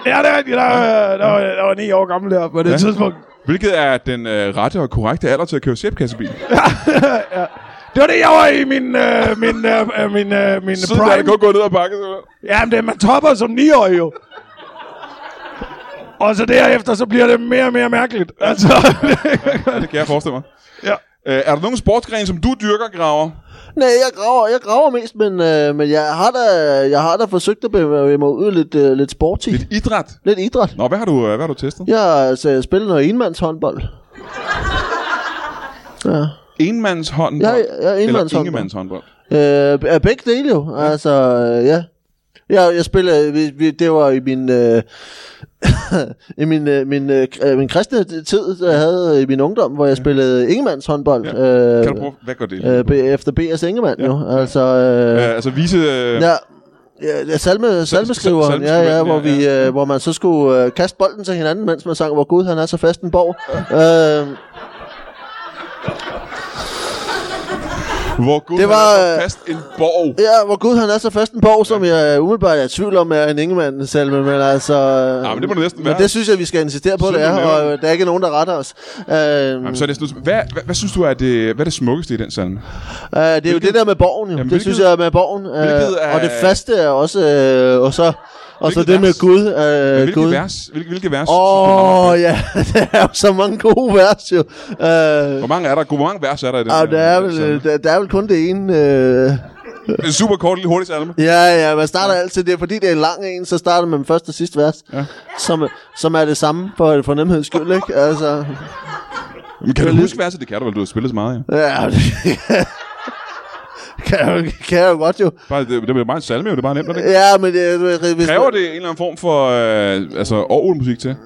S2: ja, det er rigtigt. Der, der, der, var, der var ni år gammel der på det
S1: Ja.
S2: ja. tidspunkt.
S1: Hvilket er den øh, rette og korrekte alder til at køre sæbekassebil.
S2: Det var det, jeg var i min, øh, min, øh, øh, min, øh, min
S1: Siden der er det kun gået ned ad bakke. simpelthen.
S2: Jamen, det, man topper som 9-årig jo. Og så derefter, så bliver det mere og mere mærkeligt. Altså,
S1: Ja, det kan jeg forestille mig.
S2: ja.
S1: Øh, er der nogen sportsgren, som du dyrker, Graver?
S3: Nej, jeg graver, jeg graver mest, men, øh, men jeg, har da, jeg har da forsøgt at bevæge mig ud lidt, øh, lidt sporty.
S1: Lidt idræt?
S3: Lidt idræt.
S1: Nå, hvad har du, øh, hvad har du testet? Ja.
S3: Jeg har altså, spillet noget enmandshåndbold. Ja.
S1: Enmandshåndbold?
S3: Ja, ja,
S1: Eller
S3: enmandshåndbold.
S1: ingemandshåndbold?
S3: Øh, er begge dele jo. Altså, øh, ja. Jeg, jeg spiller, vi, vi, det var i min, øh, i min, øh, min, øh, øh, min kristne tid, jeg havde i min ungdom, hvor jeg spillede Ingemands håndbold.
S1: Ja.
S3: Øh,
S1: Kan du prøve, hvad går det?
S3: øh, B- efter B.S. Ingemann ja. jo. Altså, øh,
S1: Øh, altså vise... Øh,
S3: ja. Ja, ja, salme, salmeskriveren, ja, ja,
S1: salmeskriveren,
S3: hvor,
S1: ja,
S3: vi,
S1: ja.
S3: øh, hvor man så skulle øh, kaste bolden til hinanden, mens man sang, hvor Gud han er så fast en borg. Øh,
S1: Hvor Gud
S3: Det
S1: det var, så
S3: var, øh,
S1: fast en borg.
S3: ja, hvor Gud han er så fast en borg, som jeg øh, umiddelbart er i tvivl om er en Ingemann salme, men altså...
S1: Ja, men det må det næsten
S3: Men
S1: være.
S3: det synes jeg, vi skal insistere på, det er,
S1: Simpelthen.
S3: og øh, der er ikke nogen, der retter os. Øh,
S1: Jamen,
S3: øh,
S1: så er det sådan, noget- hvad, hvad, hvad, synes du er det, hvad er det smukkeste i den salme?
S3: øh, det er jo det der med borgen, jo.
S1: hvilket-
S3: det synes jeg er med borgen.
S1: hvilket
S3: Øh,
S1: er-
S3: og det faste er også, øh, og så, og så
S1: Hvilket
S3: det med
S1: vers?
S3: Gud.
S1: Øh,
S3: Øh,
S1: hvilke,
S3: Gud.
S1: vers, hvilke, hvilke vers? synes du er meget
S3: Åh,
S1: fedt?
S3: oh, ja, der er jo så mange gode vers, jo. Øh,
S1: Hvor mange er der? Hvor mange vers er der i den
S3: og der, er
S1: den salme?
S3: vel, øh, der, der er vel kun det ene... Øh,
S1: En super kort, lille hurtig salme.
S3: ja, ja, man starter altid det, er fordi det er en lang en, så starter man med første og sidste vers,
S1: Ja.
S3: som, som er det samme for fornemheds skyld, ikke? Altså,
S1: Men kan du huske verset? Det kan du vel, du har spillet så meget, ja.
S3: ja, det kan, jeg jo- kan jeg jo godt jo.
S1: Bare, det, det er bare en salme, jo. Det er bare nemt, er det ikke?
S3: Ja, men det, det, hvis,
S1: Kræver det en eller anden form for øh, altså, orgelmusik til?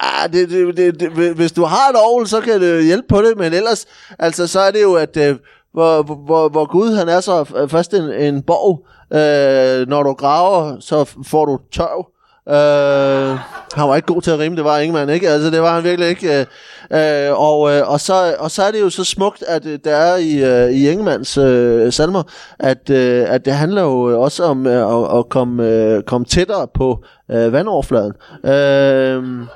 S3: Ah, det, det, det, det, hvis- hvis du har et ovl, så kan det hjælpe på det, men ellers, altså, så er det jo, at øh, hvor, hvor, hvor Gud, han er øh, så f- først en, en borg, øh, når du graver, så f- får du tørv, Øh, han var ikke god til at rime, det var Ingemann, ikke? Altså, det var han virkelig ikke. Øh, øh, og, øh, og, så, og så er det jo så smukt, at øh, der er i, øh, i Ingemanns øh, salmer, at, øh, at det handler jo også om øh, at, at komme, øh, komme tættere på øh, vandoverfladen. Øh,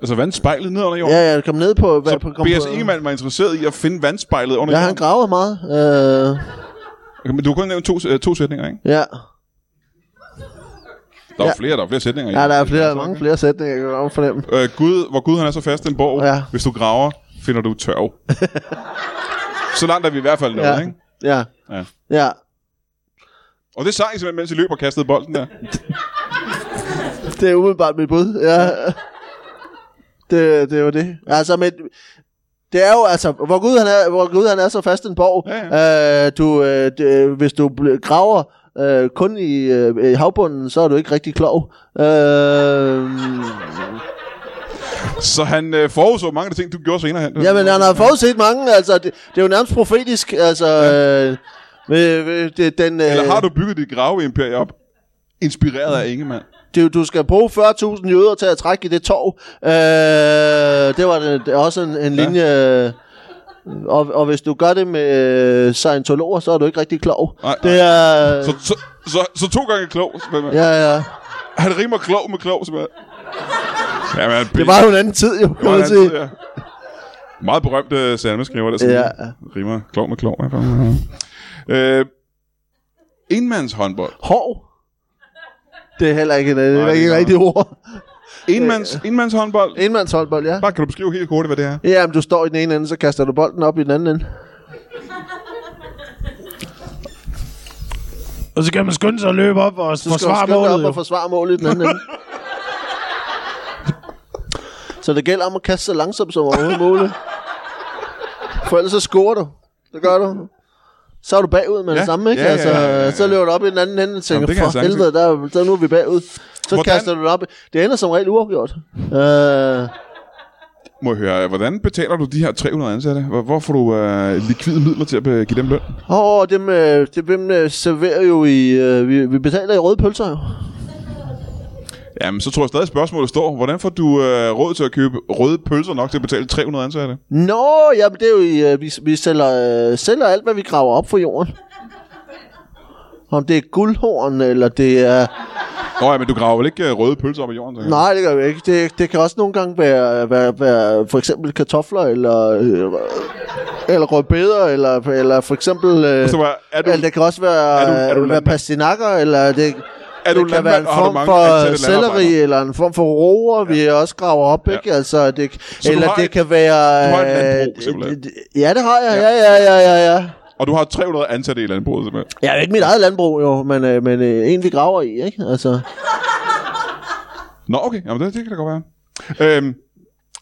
S1: Altså vandspejlet ned under jorden.
S3: ja, ja, komme ned på...
S1: Så
S3: på, kom
S1: B.S.
S3: på-
S1: Ingemann var interesseret i at finde vandspejlet under
S3: Ja,
S1: jorden.
S3: han gravede meget. Øh,
S1: Okay, men du har kun nævnt to, øh, to sætninger, ikke?
S3: ja.
S1: Der er ja.
S3: Ja.
S1: flere, der er flere sætninger. i.
S3: ja, der er flere, mange flere sætninger, jeg kan godt fornemme.
S1: Øh, Gud, hvor Gud han er så fast en borg. Ja.
S3: Ja.
S1: Hvis du graver, finder du tørv. så langt er vi i hvert fald nået, ja.
S3: Ja.
S1: ikke?
S3: Ja.
S1: Ja.
S3: Ja.
S1: Og det sang I simpelthen, mens I løb og kastede bolden der.
S3: Det er umiddelbart mit bud, ja. Det, det er jo det. Altså, men det er jo altså, hvor Gud han er, hvor Gud han er så fast en borg.
S1: Ja,
S3: Øh, du, øh, det, hvis du bl- graver øh, kun i, øh, i havbunden, så er du ikke rigtig klog. Øh,
S1: Så han øh, forudså mange af de ting, du gjorde senere hen.
S3: jamen, han har forudset mange, altså, det, det er jo nærmest profetisk, altså... Øh, ved, ved, det, den, øh,
S1: Eller har du bygget dit graveimperie op? Inspireret af Ingemann.
S3: Du, du skal bruge 40.000 jøder til at trække i det tog. Øh, det var det, det er også en, en
S1: Ja.
S3: linje. Ja. Og, og hvis du gør det med øh, scientologer, så er du ikke rigtig klog.
S1: Nej,
S3: det er...
S1: Så, så, så, så to gange klog. simpelthen.
S3: ja, ja.
S1: Han rimer klog med klog. simpelthen. Jamen, han-
S3: Det var jo en anden tid, jo, kan
S1: Det var
S3: man
S1: en anden tid,
S3: sige.
S1: ja. Meget berømt uh, salmeskriver, der sådan
S3: Ja.
S1: rimer klog med klog. Uh, enmands håndbold.
S3: Hov. Det er heller ikke, en- det
S1: Nej,
S3: er
S1: det er
S3: ikke et
S1: ikke
S3: rigtigt ord.
S1: Enmands,
S3: Øh.
S1: enmands håndbold.
S3: Enmandsholdbold, ja.
S1: Bare kan du beskrive helt hurtigt, hvad det er?
S3: Ja, men du står i den ene ende, så kaster du bolden op i den anden ende.
S2: Og så kan man skynde sig at løbe op og
S3: Du skal
S2: forsvare
S3: skynde dig op
S2: målet.
S3: og
S2: jo.
S3: forsvare målet i den anden ende. så det gælder om at kaste så langsomt som overhovedet muligt. For ellers så scorer du. Det gør du. Så er du bagud med
S1: Ja.
S3: det samme, ikke?
S1: Ja, ja,
S3: altså,
S1: ja, ja, ja.
S3: så løber du op i den anden ende og
S1: Jamen, det
S3: tænker,
S1: kan jeg
S3: for
S1: sagtens
S3: helvede, der, der, nu er vi bagud. Så
S1: Hvordan-
S3: Hvordan? kaster du det op. Det ender som regel uafgjort. Øh,
S1: Må jeg høre, hvordan betaler du de her 300 ansatte? Hvor, hvor får du uh, likvide midler til at øh, give dem løn?
S3: og dem, øh, dem, dem øh, serverer jo i... Øh, vi, vi betaler i røde pølser, jo.
S1: Jamen, så tror jeg stadig, spørgsmålet står. Hvordan får du uh, råd til at købe røde pølser nok til at betale 300 ansatte?
S3: Nå, jamen det er jo, i, øh, vi, vi sælger, øh, sælger alt, hvad vi graver op fra jorden. Om det er guldhorn, eller det er...
S1: Nå ja, men du graver vel ikke øh, røde pølser op i jorden? tænker jeg.
S3: Nej, det gør vi ikke. Det, det kan også nogle gange være, være, være for eksempel kartofler, eller, øh, eller rødbeder, eller, eller for eksempel... Øh,
S1: Så var, Altså, er du,
S3: eller det kan også være,
S1: er du- er
S3: er du,
S1: du
S3: være
S1: landmand?
S3: pastinakker, eller det,
S1: er du
S3: det kan være en
S1: landmand, og har du
S3: form
S1: mange
S3: for
S1: ansatte
S3: selleri,
S1: landarbejdere?
S3: eller en form for roer, vi også graver op,
S1: Ja.
S3: ikke? Altså, det,
S1: du
S3: eller
S1: har
S3: det
S1: et-
S3: kan være...
S1: du har et
S3: øh,
S1: landbrug, simpelthen.
S3: d- d- Ja, det har jeg, ja, ja, ja, ja, ja.
S1: Og du har 300 ansatte i landbruget, simpelthen.
S3: Ja, det er ikke mit eget landbrug, jo, men, øh, men øh, en, vi graver i, ikke? Altså,
S1: Nå, okay. Jamen, det, det kan da godt være. Øhm,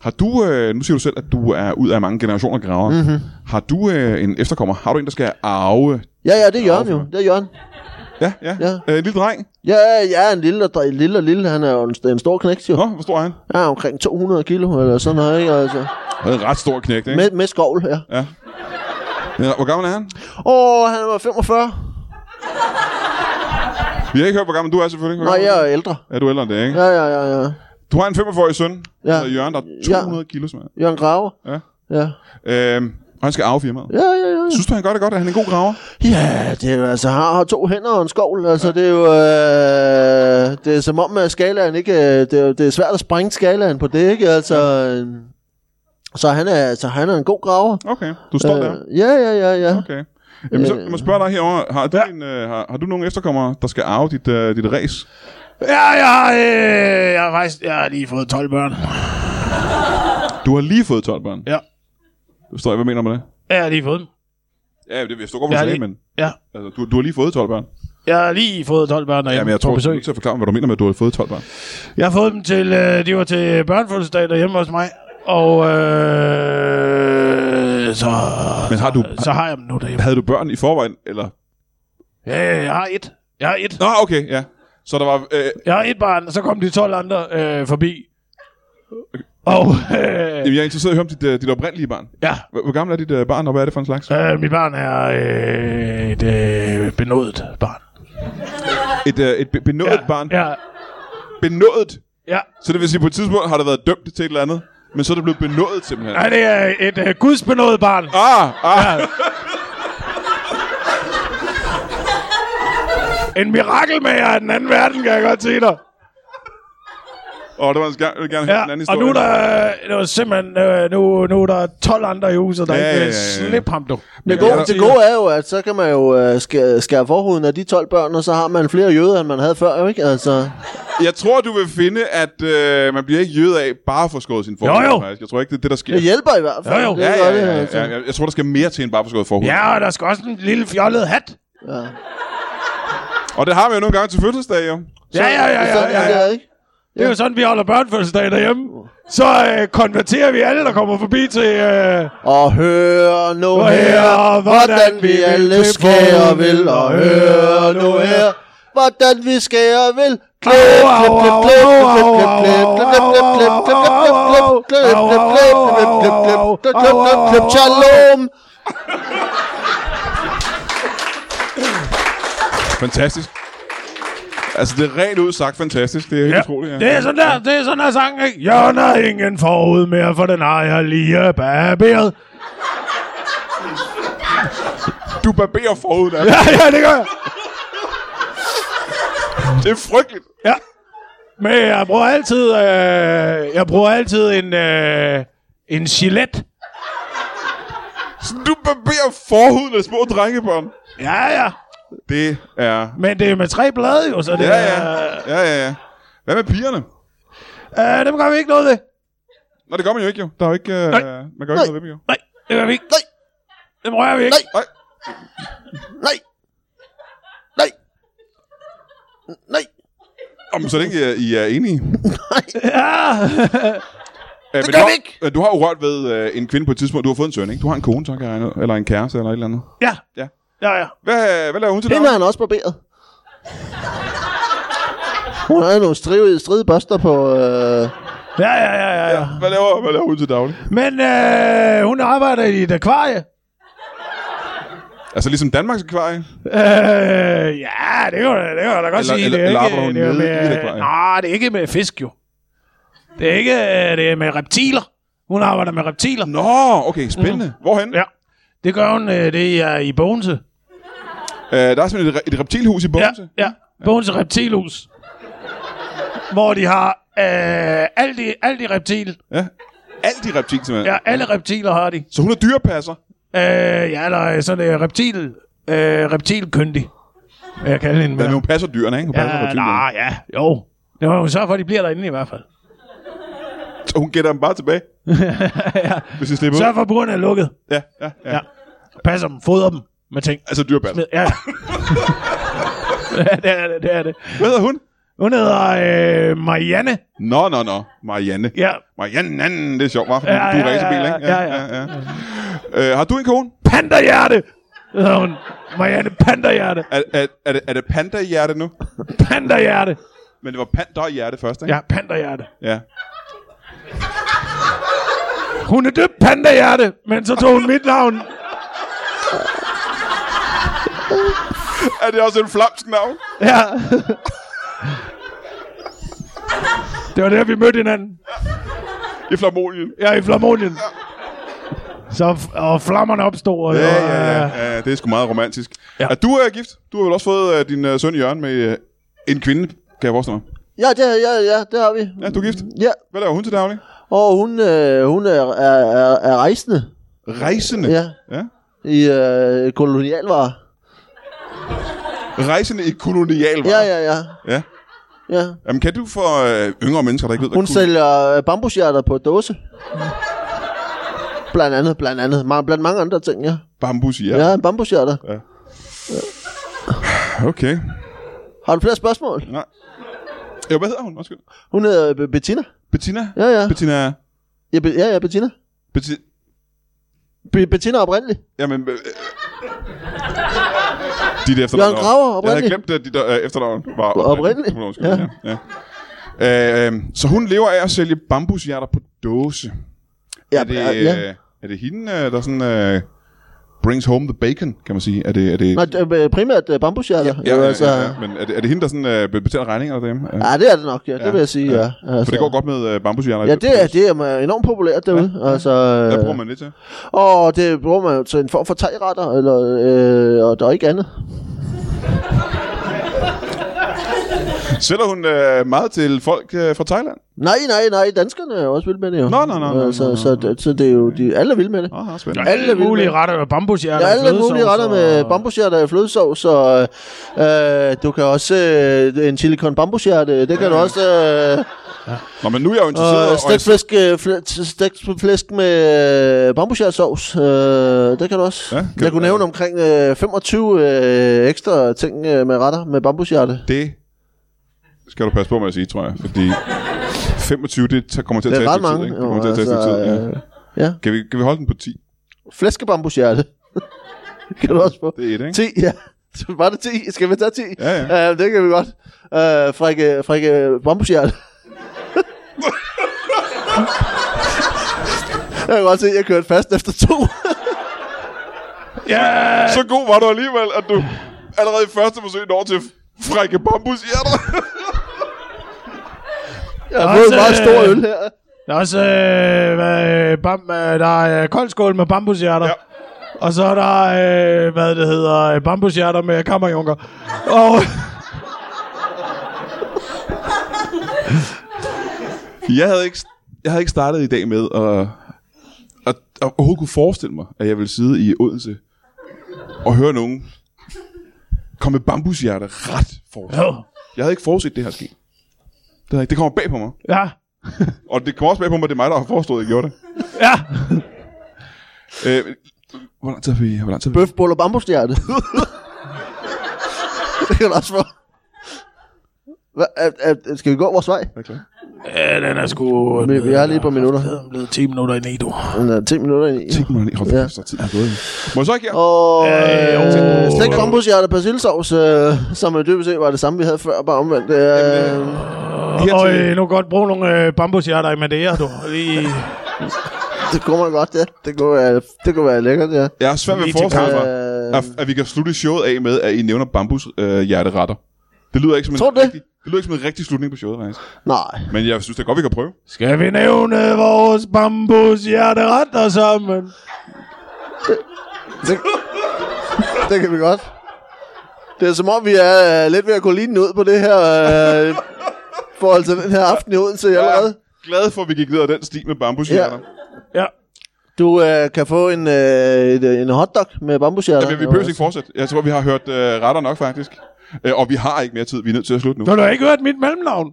S1: har du, øh, nu siger du selv, at du er ud af mange generationer graver.
S3: Mhm.
S1: Mm-hmm. Har du øh, en efterkommer? Har du en, der skal arve?
S3: ja, ja, det er Jørgen jo, det er Jørgen.
S1: Ja, ja.
S3: Ja.
S1: Øh, en lille dreng?
S3: Ja, ja, ja, en lille, dre- lille og lille, han er jo en, st- en stor knægt, jo.
S1: Nå, hvor stor er han?
S3: Ja, omkring 200 kilo, eller sådan noget, ikke? Altså,
S1: Han er en ret stor knægt, ikke?
S3: med, med skovl, ja.
S1: Ja. ja. Hvor gammel er han?
S3: Åh, han var 45.
S1: Vi har ikke hørt, hvor gammel du er, selvfølgelig. Hvor
S3: Nej,
S1: gammel
S3: jeg er ældre.
S1: Er du ældre end det, ikke?
S3: Ja, ja, ja, ja.
S1: Du har en 45-årig søn,
S3: Ja.
S1: ja. der Jørgen, der er 200 ja. kilo, mand.
S3: Jørgen Graver.
S1: Ja.
S3: Ja,
S1: Øhm, og han skal arve firmaet. Ja.
S3: ja, ja, ja.
S1: Synes du, han gør det godt? Er han en god graver?
S3: Ja, det er jo altså, han har to hænder og en skovl, altså det er jo, øh, det er som om at skalaen ikke, øh, det er, jo- det er svært at sprænge skalaen på det, ikke, altså, øh, så han er, altså, han er en god graver.
S1: Okay. Du står øh. der.
S3: Øh, ja, ja, ja, ja. Okay.
S1: Okay. Jamen, så jeg må spørge dig herovre. Har du, ja. en, øh, har, har du nogen efterkommere, der skal arve dit, øh, dit race?
S2: Ja, jeg har, øh, jeg, har faktisk, jeg har lige fået 12 børn.
S1: Du har lige fået 12 børn.
S2: Ja.
S1: Du står, hvad mener du med det?
S2: Jeg har lige fået dem.
S1: Ja, det vidste du godt,
S2: Jeg
S1: hvad
S2: har
S1: du sagde,
S2: lige-
S1: men...
S2: Ja.
S1: Altså, du, du har lige fået 12 børn.
S2: Jeg har lige fået 12 børn derhjemme
S1: Jamen, jeg tror,
S2: på
S1: du er
S2: besøg.
S1: nødt til at forklare, mig, hvad du mener med, at du har fået 12 børn.
S2: Jeg har fået dem til, øh, de var til børnefødselsdag derhjemme hos mig. Og øh, så,
S1: Men har du,
S2: så har jeg dem nu derhjemme.
S1: havde du børn i forvejen, eller?
S2: Ja, jeg har et. Jeg har et.
S1: Nå, okay, ja. Så der var... Øh,
S2: Jeg har et barn, og så kom de 12 andre øh, forbi. Og øh,
S1: jamen, jeg er interesseret i at høre om dit, øh, dit oprindelige barn.
S2: ja,
S1: Hvor, hvor gammel er dit øh, barn, og hvad er det for en slags?
S2: øh, mit barn er øh, et øh, benådet barn.
S1: Et, øh, et be- benådet
S2: ja,
S1: barn.
S2: Ja.
S1: benådet.
S2: Ja.
S1: Så det vil sige, på et tidspunkt har der været dømt til et eller andet, men så er det blevet benådet simpelthen.
S2: Nej, det er et øh, gudsbenået barn.
S1: Ah, ah. Ja.
S2: En mirakelmager af den anden verden, kan jeg godt sige dig.
S1: Og det var en skam. Jeg vil gerne høre
S2: Ja,
S1: den anden
S2: og
S1: historie.
S2: nu er der, øh, nu er simpelthen, øh, nu, nu er der 12 andre i huset, der
S1: Ja,
S2: ja, ikke
S1: ja,
S2: vil
S1: ja, ja.
S2: slippe ham, du.
S3: Men
S1: Ja,
S3: ja,
S1: der-
S3: gode, det gode er jo, at så kan man jo øh, skære, skære forhuden af de 12 børn, og så har man flere jøder, end man havde før, jo ikke? Altså,
S1: Jeg tror, du vil finde, at øh, man bliver ikke jødet af bare at få skåret sin forhud.
S2: Jo, jo.
S1: Faktisk. Jeg tror ikke, det er det, der sker.
S3: det hjælper i hvert fald.
S2: Jo, jo.
S3: Det
S1: Ja,
S3: er
S1: ja,
S3: godt,
S1: ja,
S3: altså.
S1: ja, ja, Jeg- Jeg tror, der skal mere til en bare forskåret forhud.
S2: Ja, og der skal også en lille fjollet hat.
S3: ja.
S1: Og det har vi jo nogle gange til fødselsdag, jo.
S2: Ja, ja, ja, ja,
S3: Så,
S2: ja,
S3: Det
S2: ja.
S3: er, ikke?
S2: Det er jo sådan, vi holder børnefødselsdag derhjemme. Så øh, konverterer vi alle, der kommer forbi til... Øh,
S3: Og hør nu her, hvordan vi alle skærer vil, og hør nu her, hvordan vi skærer vil. Klip, klip, klip, klip, klip, klip, klip, klip, klip, klip, klip, klip, klip, klip, klip, klip, klip, klip, klip, klip, klip, klip, klip, shalom.
S1: Fantastisk. Altså, det er rent ud sagt fantastisk. Det er helt ja. utroligt, ja.
S2: Det er sådan der, det er sådan der sang, ikke? Jeg har ingen forud mere, for den har jeg lige barberet.
S1: Du barberer altså. forud, der. Ja.
S2: Ja, ja, det gør jeg.
S1: Det er frygteligt.
S2: Ja. Men jeg bruger altid, øh, jeg bruger altid en, øh, en gilet.
S1: Så du barberer forhuden af små drengebørn.
S2: Ja, ja.
S1: Det er...
S2: Men det er med tre blade jo, så det
S1: Ja, ja.
S2: er...
S1: Ja, ja, ja. Hvad med pigerne?
S2: Øh, dem gør vi ikke noget ved.
S1: Nå, det gør man jo ikke, jo. Der er jo ikke... Øh,
S2: Nej.
S1: Man gør jo ikke noget ved dem, jo.
S2: Nej, det gør vi ikke.
S3: Nej.
S2: Dem rører vi ikke.
S3: Nej.
S1: Nej.
S3: Nej. Nej. Nej.
S1: Om, så længe I er, I er enige.
S2: Ja.
S1: det
S3: gør
S1: du
S3: vi
S1: har-
S3: ikke.
S1: øh, Du har jo rørt ved øh, en kvinde på et tidspunkt. Du har fået en søn, ikke? Du har en kone, så kan jeg regne ud. Eller en kæreste, eller et eller andet.
S2: ja.
S1: Ja.
S2: Ja, ja.
S1: Hvad, hvad laver hun til
S3: Hende har
S1: dig?
S3: han også barberet. Hun havde nogle stride, stride børster på... Øh,
S2: Ja, ja, ja, ja, ja.
S1: Hvad laver, hvad laver hun til daglig?
S2: Men øh, hun arbejder i et akvarie.
S1: Altså ligesom Danmarks akvarie.
S2: Øh, ja, det kan du da- det kan du da godt
S1: Eller-
S2: sige.
S1: eller-
S2: det
S1: eller
S2: er ikke,
S1: arbejder hun
S2: det er
S1: nede i et
S2: med,
S1: akvarie?
S2: nej, det er ikke med fisk, jo. Det er ikke øh, det er med reptiler. Hun arbejder med reptiler.
S1: Nå, okay, spændende. Mm. Hvorhen?
S2: Ja, det gør hun. øh, Det er i Bogense.
S1: Øh, der er sådan et, re- et reptilhus i
S2: Ja,
S1: Bogense.
S2: ja. Bogense Reptilhus. Hvor de har øh, alle, de, alle de reptil.
S1: ja. Alt i reptil, simpelthen. Ja.
S2: Ja, alle reptiler har de.
S1: Så hun er dyrepasser.
S2: Øh, ja, der er sådan en reptil, øh, reptilkyndig. vil Jeg kalder hende
S1: Ja. Men
S2: mere.
S1: hun passer dyrene, ikke? Hun passer
S2: Ja,
S1: reptilerne.
S2: nej, ja, jo. Det må hun sørge for, at de bliver derinde i hvert fald.
S1: Så hun gætter dem bare tilbage. Hvis de slipper
S2: Sørg
S1: ud.
S2: for, at burene er lukket.
S1: Ja, ja, ja, ja.
S2: Ja. Passer dem, fodrer dem med ting.
S1: Altså dyrepasser.
S2: Ja. ja, det er det, det er det.
S1: Hvad hedder hun?
S2: Hun hedder øh, Marianne.
S1: Nå, nå, nå. Marianne.
S2: Ja.
S1: Marianne, anden, det er sjovt, hva'? Fordi
S2: Ja,
S1: ja, du er
S2: ja, ja,
S1: racerbil,
S2: ja,
S1: ikke? ja. ja. Øh, har du en kone?
S2: Pandahjerte hedder hun. Marianne Pandahjerte.
S1: Er, er, er, det, er det pandahjerte nu?
S2: Pandahjerte.
S1: Men det var pandahjerte først, ikke?
S2: Ja, Pandahjerte.
S1: ja.
S2: Hun er døbt Pandahjerte, men så tog hun mit navn.
S1: Er det også en flamsk navn?
S2: Ja. Det var der, vi mødte hinanden.
S1: I Flamonien.
S2: Ja, i Flamonien. Så f- og flammerne opstod. Og,
S1: Ja, ja,
S2: og,
S1: ja,
S2: øh,
S1: ja. Det er sgu meget romantisk. Ja.
S2: Ja.
S1: Er du er gift? Du har vel også fået øh, din øh, søn Jørgen med øh, en kvinde, kan jeg forestille mig.
S3: ja, det, ja, ja, det har vi.
S1: Ja, du er gift.
S3: Ja,
S1: Hvad laver hun til daglig?
S3: og hun, øh, hun er, er, er, er rejsende
S1: Rejsende.
S3: Ja.
S1: ja.
S3: i øh, kolonialvarer.
S1: Rejsende i kolonial.
S3: Ja, ja, ja.
S1: ja.
S3: ja.
S1: Jamen, kan du for øh, yngre mennesker, der ikke ved, hvad
S3: Hun
S1: kol-
S3: sælger øh, bambushjerter på dåse. Blandt andet, blandt andet. Ma- blandt mange andre ting, ja.
S1: bambus i ja.
S3: Ja, bambushjerter.
S1: Okay.
S3: Har du flere spørgsmål?
S1: Nej. Jo, hvad hedder hun? Undskyld.
S3: Hun hedder øh, Bettina.
S1: Bettina?
S3: Ja, ja.
S1: Bettina...
S3: Ja, Be- ja, ja Bettina.
S1: Bettina...
S3: Be- Bettina oprindeligt.
S1: Jamen... Øh, dit efternavn.
S3: Jørgen Graver,
S1: Jeg havde
S3: oprindelig.
S1: glemt, at dit øh, efternavn var
S3: Oprindelig,
S1: Undskyld, Ja. ja. Øh, så hun lever af at sælge bambushjerter på dåse.
S3: Ja,
S1: er, det,
S3: ja.
S1: øh, er det hende, øh, der sådan... Øh, brings home the bacon, kan man sige. Er det, er det,
S3: Nej, det er primært øh, bambushjerter.
S1: ja,
S3: jo,
S1: ja,
S3: altså,
S1: ja, ja, Men er det, er det hende, der sådan, øh, be- betaler regningerne derhjemme? Ja.
S3: ja, det er det nok, ja. Det
S1: Ja,
S3: vil jeg sige, ja. Altså,
S1: For det går godt med øh, bambushjerner.
S3: Ja, det er, det er øh, enormt populært derude. Ja, altså, øh,
S1: Hvad bruger man det til?
S3: Og det bruger man jo til en form for tegretter, eller, øh, og der er ikke andet.
S1: Sælger hun øh, meget til folk øh, fra Thailand?
S3: Nej, nej, nej, danskerne er jo også vilde med det jo.
S1: Nå, nå, nå, nå,
S3: Øh, så,
S1: nå, nå,
S3: så, så, så det er jo, de, alle er vilde med det.
S1: Åh, oh, spændende.
S3: Alle er vilde
S2: Alle
S3: med
S2: mulige
S3: det.
S2: retter med bambusjerter.
S3: Der er
S2: og
S3: alle mulige
S2: flødesovs
S3: retter
S2: og-
S3: med bambushjerte og flødesovs, og øh, du kan også øh, en chili con bambushjerte, det kan du også... Øh,
S1: Nå, men nu er jeg jo interesseret. og
S3: og
S1: jeg-
S3: stegt flæsk, øh, fl- stegt flæsk med øh, bambushjertesovs, øh, det kan du også.
S1: Ja,
S3: Ja,
S1: kan-
S3: jeg kunne nævne omkring øh, 25 øh, ekstra ting øh, med retter med bambushjerte.
S1: Det skal du passe på med at sige, tror jeg. Fordi 25, det tager- kommer til at
S3: Det
S1: tage
S3: er
S1: et
S3: ret
S1: stykke tid.
S3: mange.
S1: Ikke? Det
S3: jo,
S1: kommer til at tage et stykke tid. Ja.
S3: øh, ja.
S1: Kan, vi, kan vi holde den på 10?
S3: Flæskebambushjerte. kan du også få.
S1: Det er et, ikke?
S3: 10, ja. Så Var det 10? Skal vi tage 10?
S1: Ja, ja.
S3: Uh, det kan vi godt. Uh, Frække, frække bambushjerte. jeg kan godt se, at jeg kørte fast efter to.
S2: Ja,
S1: Så god var du alligevel, at du allerede i første forsøg når til frække bambushjerter.
S3: jeg har fået en
S2: Også,
S3: meget stor
S2: øh,
S3: øl her.
S2: der er også øh, hvad, øh, bam, øh, der er øh, koldskål med bambushjerter.
S1: Ja.
S2: Ja. Og så er der, øh, hvad det hedder, øh, bambushjerter med kammerjunker. Og
S1: jeg, havde ikke, jeg havde ikke startet i dag med at, at, at overhovedet kunne forestille mig, at jeg ville sidde i Odense og høre nogen komme med bambushjerter ret for.
S2: Jo.
S1: Jeg havde ikke forudset det her ske. Det, havde jeg ikke. det kommer bag på mig.
S2: ja,
S1: Og det kommer også bag på mig, at det er mig, der har forestået, at jeg gjorde det.
S2: ja.
S1: Øh, hvor lang tid har vi? Hvor lang tid har vi?
S3: Bøfboller bambushjerte. det kan du også få. Hva, er, er, skal vi gå vores vej?
S1: Okay.
S2: ja den er sgu...
S3: Vi- vi er lige på minutter.
S2: Den er blevet 10 minutter i du.
S3: Den er 10 minutter ind i.
S1: 10 minutter. Hold
S3: Ja.
S1: ja. så tiden er gået. Må jeg så ikke her?
S3: Og
S2: Ja, jo.
S3: øh, stegt bambushjerte og persillesovs, øh, som jo dybest set var det samme, vi havde før, bare omvendt. Øh,
S1: Her
S2: Og
S1: til-
S2: øh, nu kan godt bruge nogle øh, bambushjerter i Madeira, du. Lige,
S3: det kunne man godt, ja. Det kunne være, det kunne være lækkert, ja.
S1: Jeg er svært ved at
S2: Lige til
S1: forestille mig,
S3: Øh,
S1: at, at vi kan slutte showet af med, at I nævner bambushjerteretter. det lyder ikke som en
S3: Tror du det?
S1: rigtig, det lyder ikke som en rigtig slutning på showet, faktisk.
S3: nej.
S1: Men jeg synes, det er godt, vi kan prøve.
S2: skal vi nævne vores bambushjerteretter sammen?
S3: Det, det kan vi godt. Det er som om, vi er øh, lidt ved at gå linen ud på det her... Øh, forhold til den her aften i Odense allerede.
S1: glad for, at vi gik videre ad den sti med bambushjerter.
S3: Ja.
S2: Ja.
S3: Du øh, kan få en, øh, et, øh, en hotdog med bambushjerter.
S1: Ja, men vi behøver ikke fortsætte. Jeg tror, vi har hørt øh, retter nok, faktisk. Øh, og vi har ikke mere tid. Vi er nødt til at slutte nu.
S2: Du har da ikke hørt mit mellemnavn.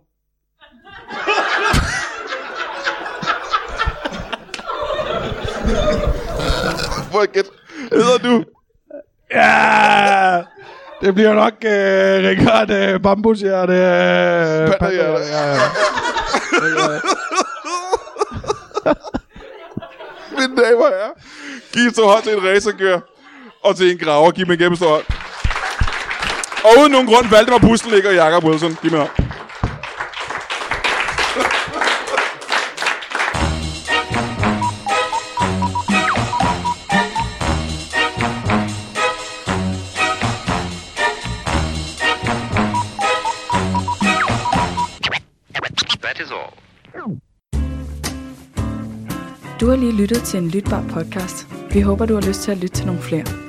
S1: Prøv at gætte. Hedder du?
S2: Ja! Det bliver nok øh, Rikard øh, Bambushjerte. Øh,
S1: Pandehjerte.
S2: pandehjerte, ja, ja.
S1: Mine damer og herrer. Giv to hånd til en racerkører. Og til en graver. Giv mig en kæmpe stor hånd. Og uden nogen grund, Valdemar Pustelik og Jakob Wilson. Giv mig en hånd.
S4: That is all.
S5: Du har lige lyttet til en lytbar podcast. Vi håber, du har lyst til at lytte til nogle flere.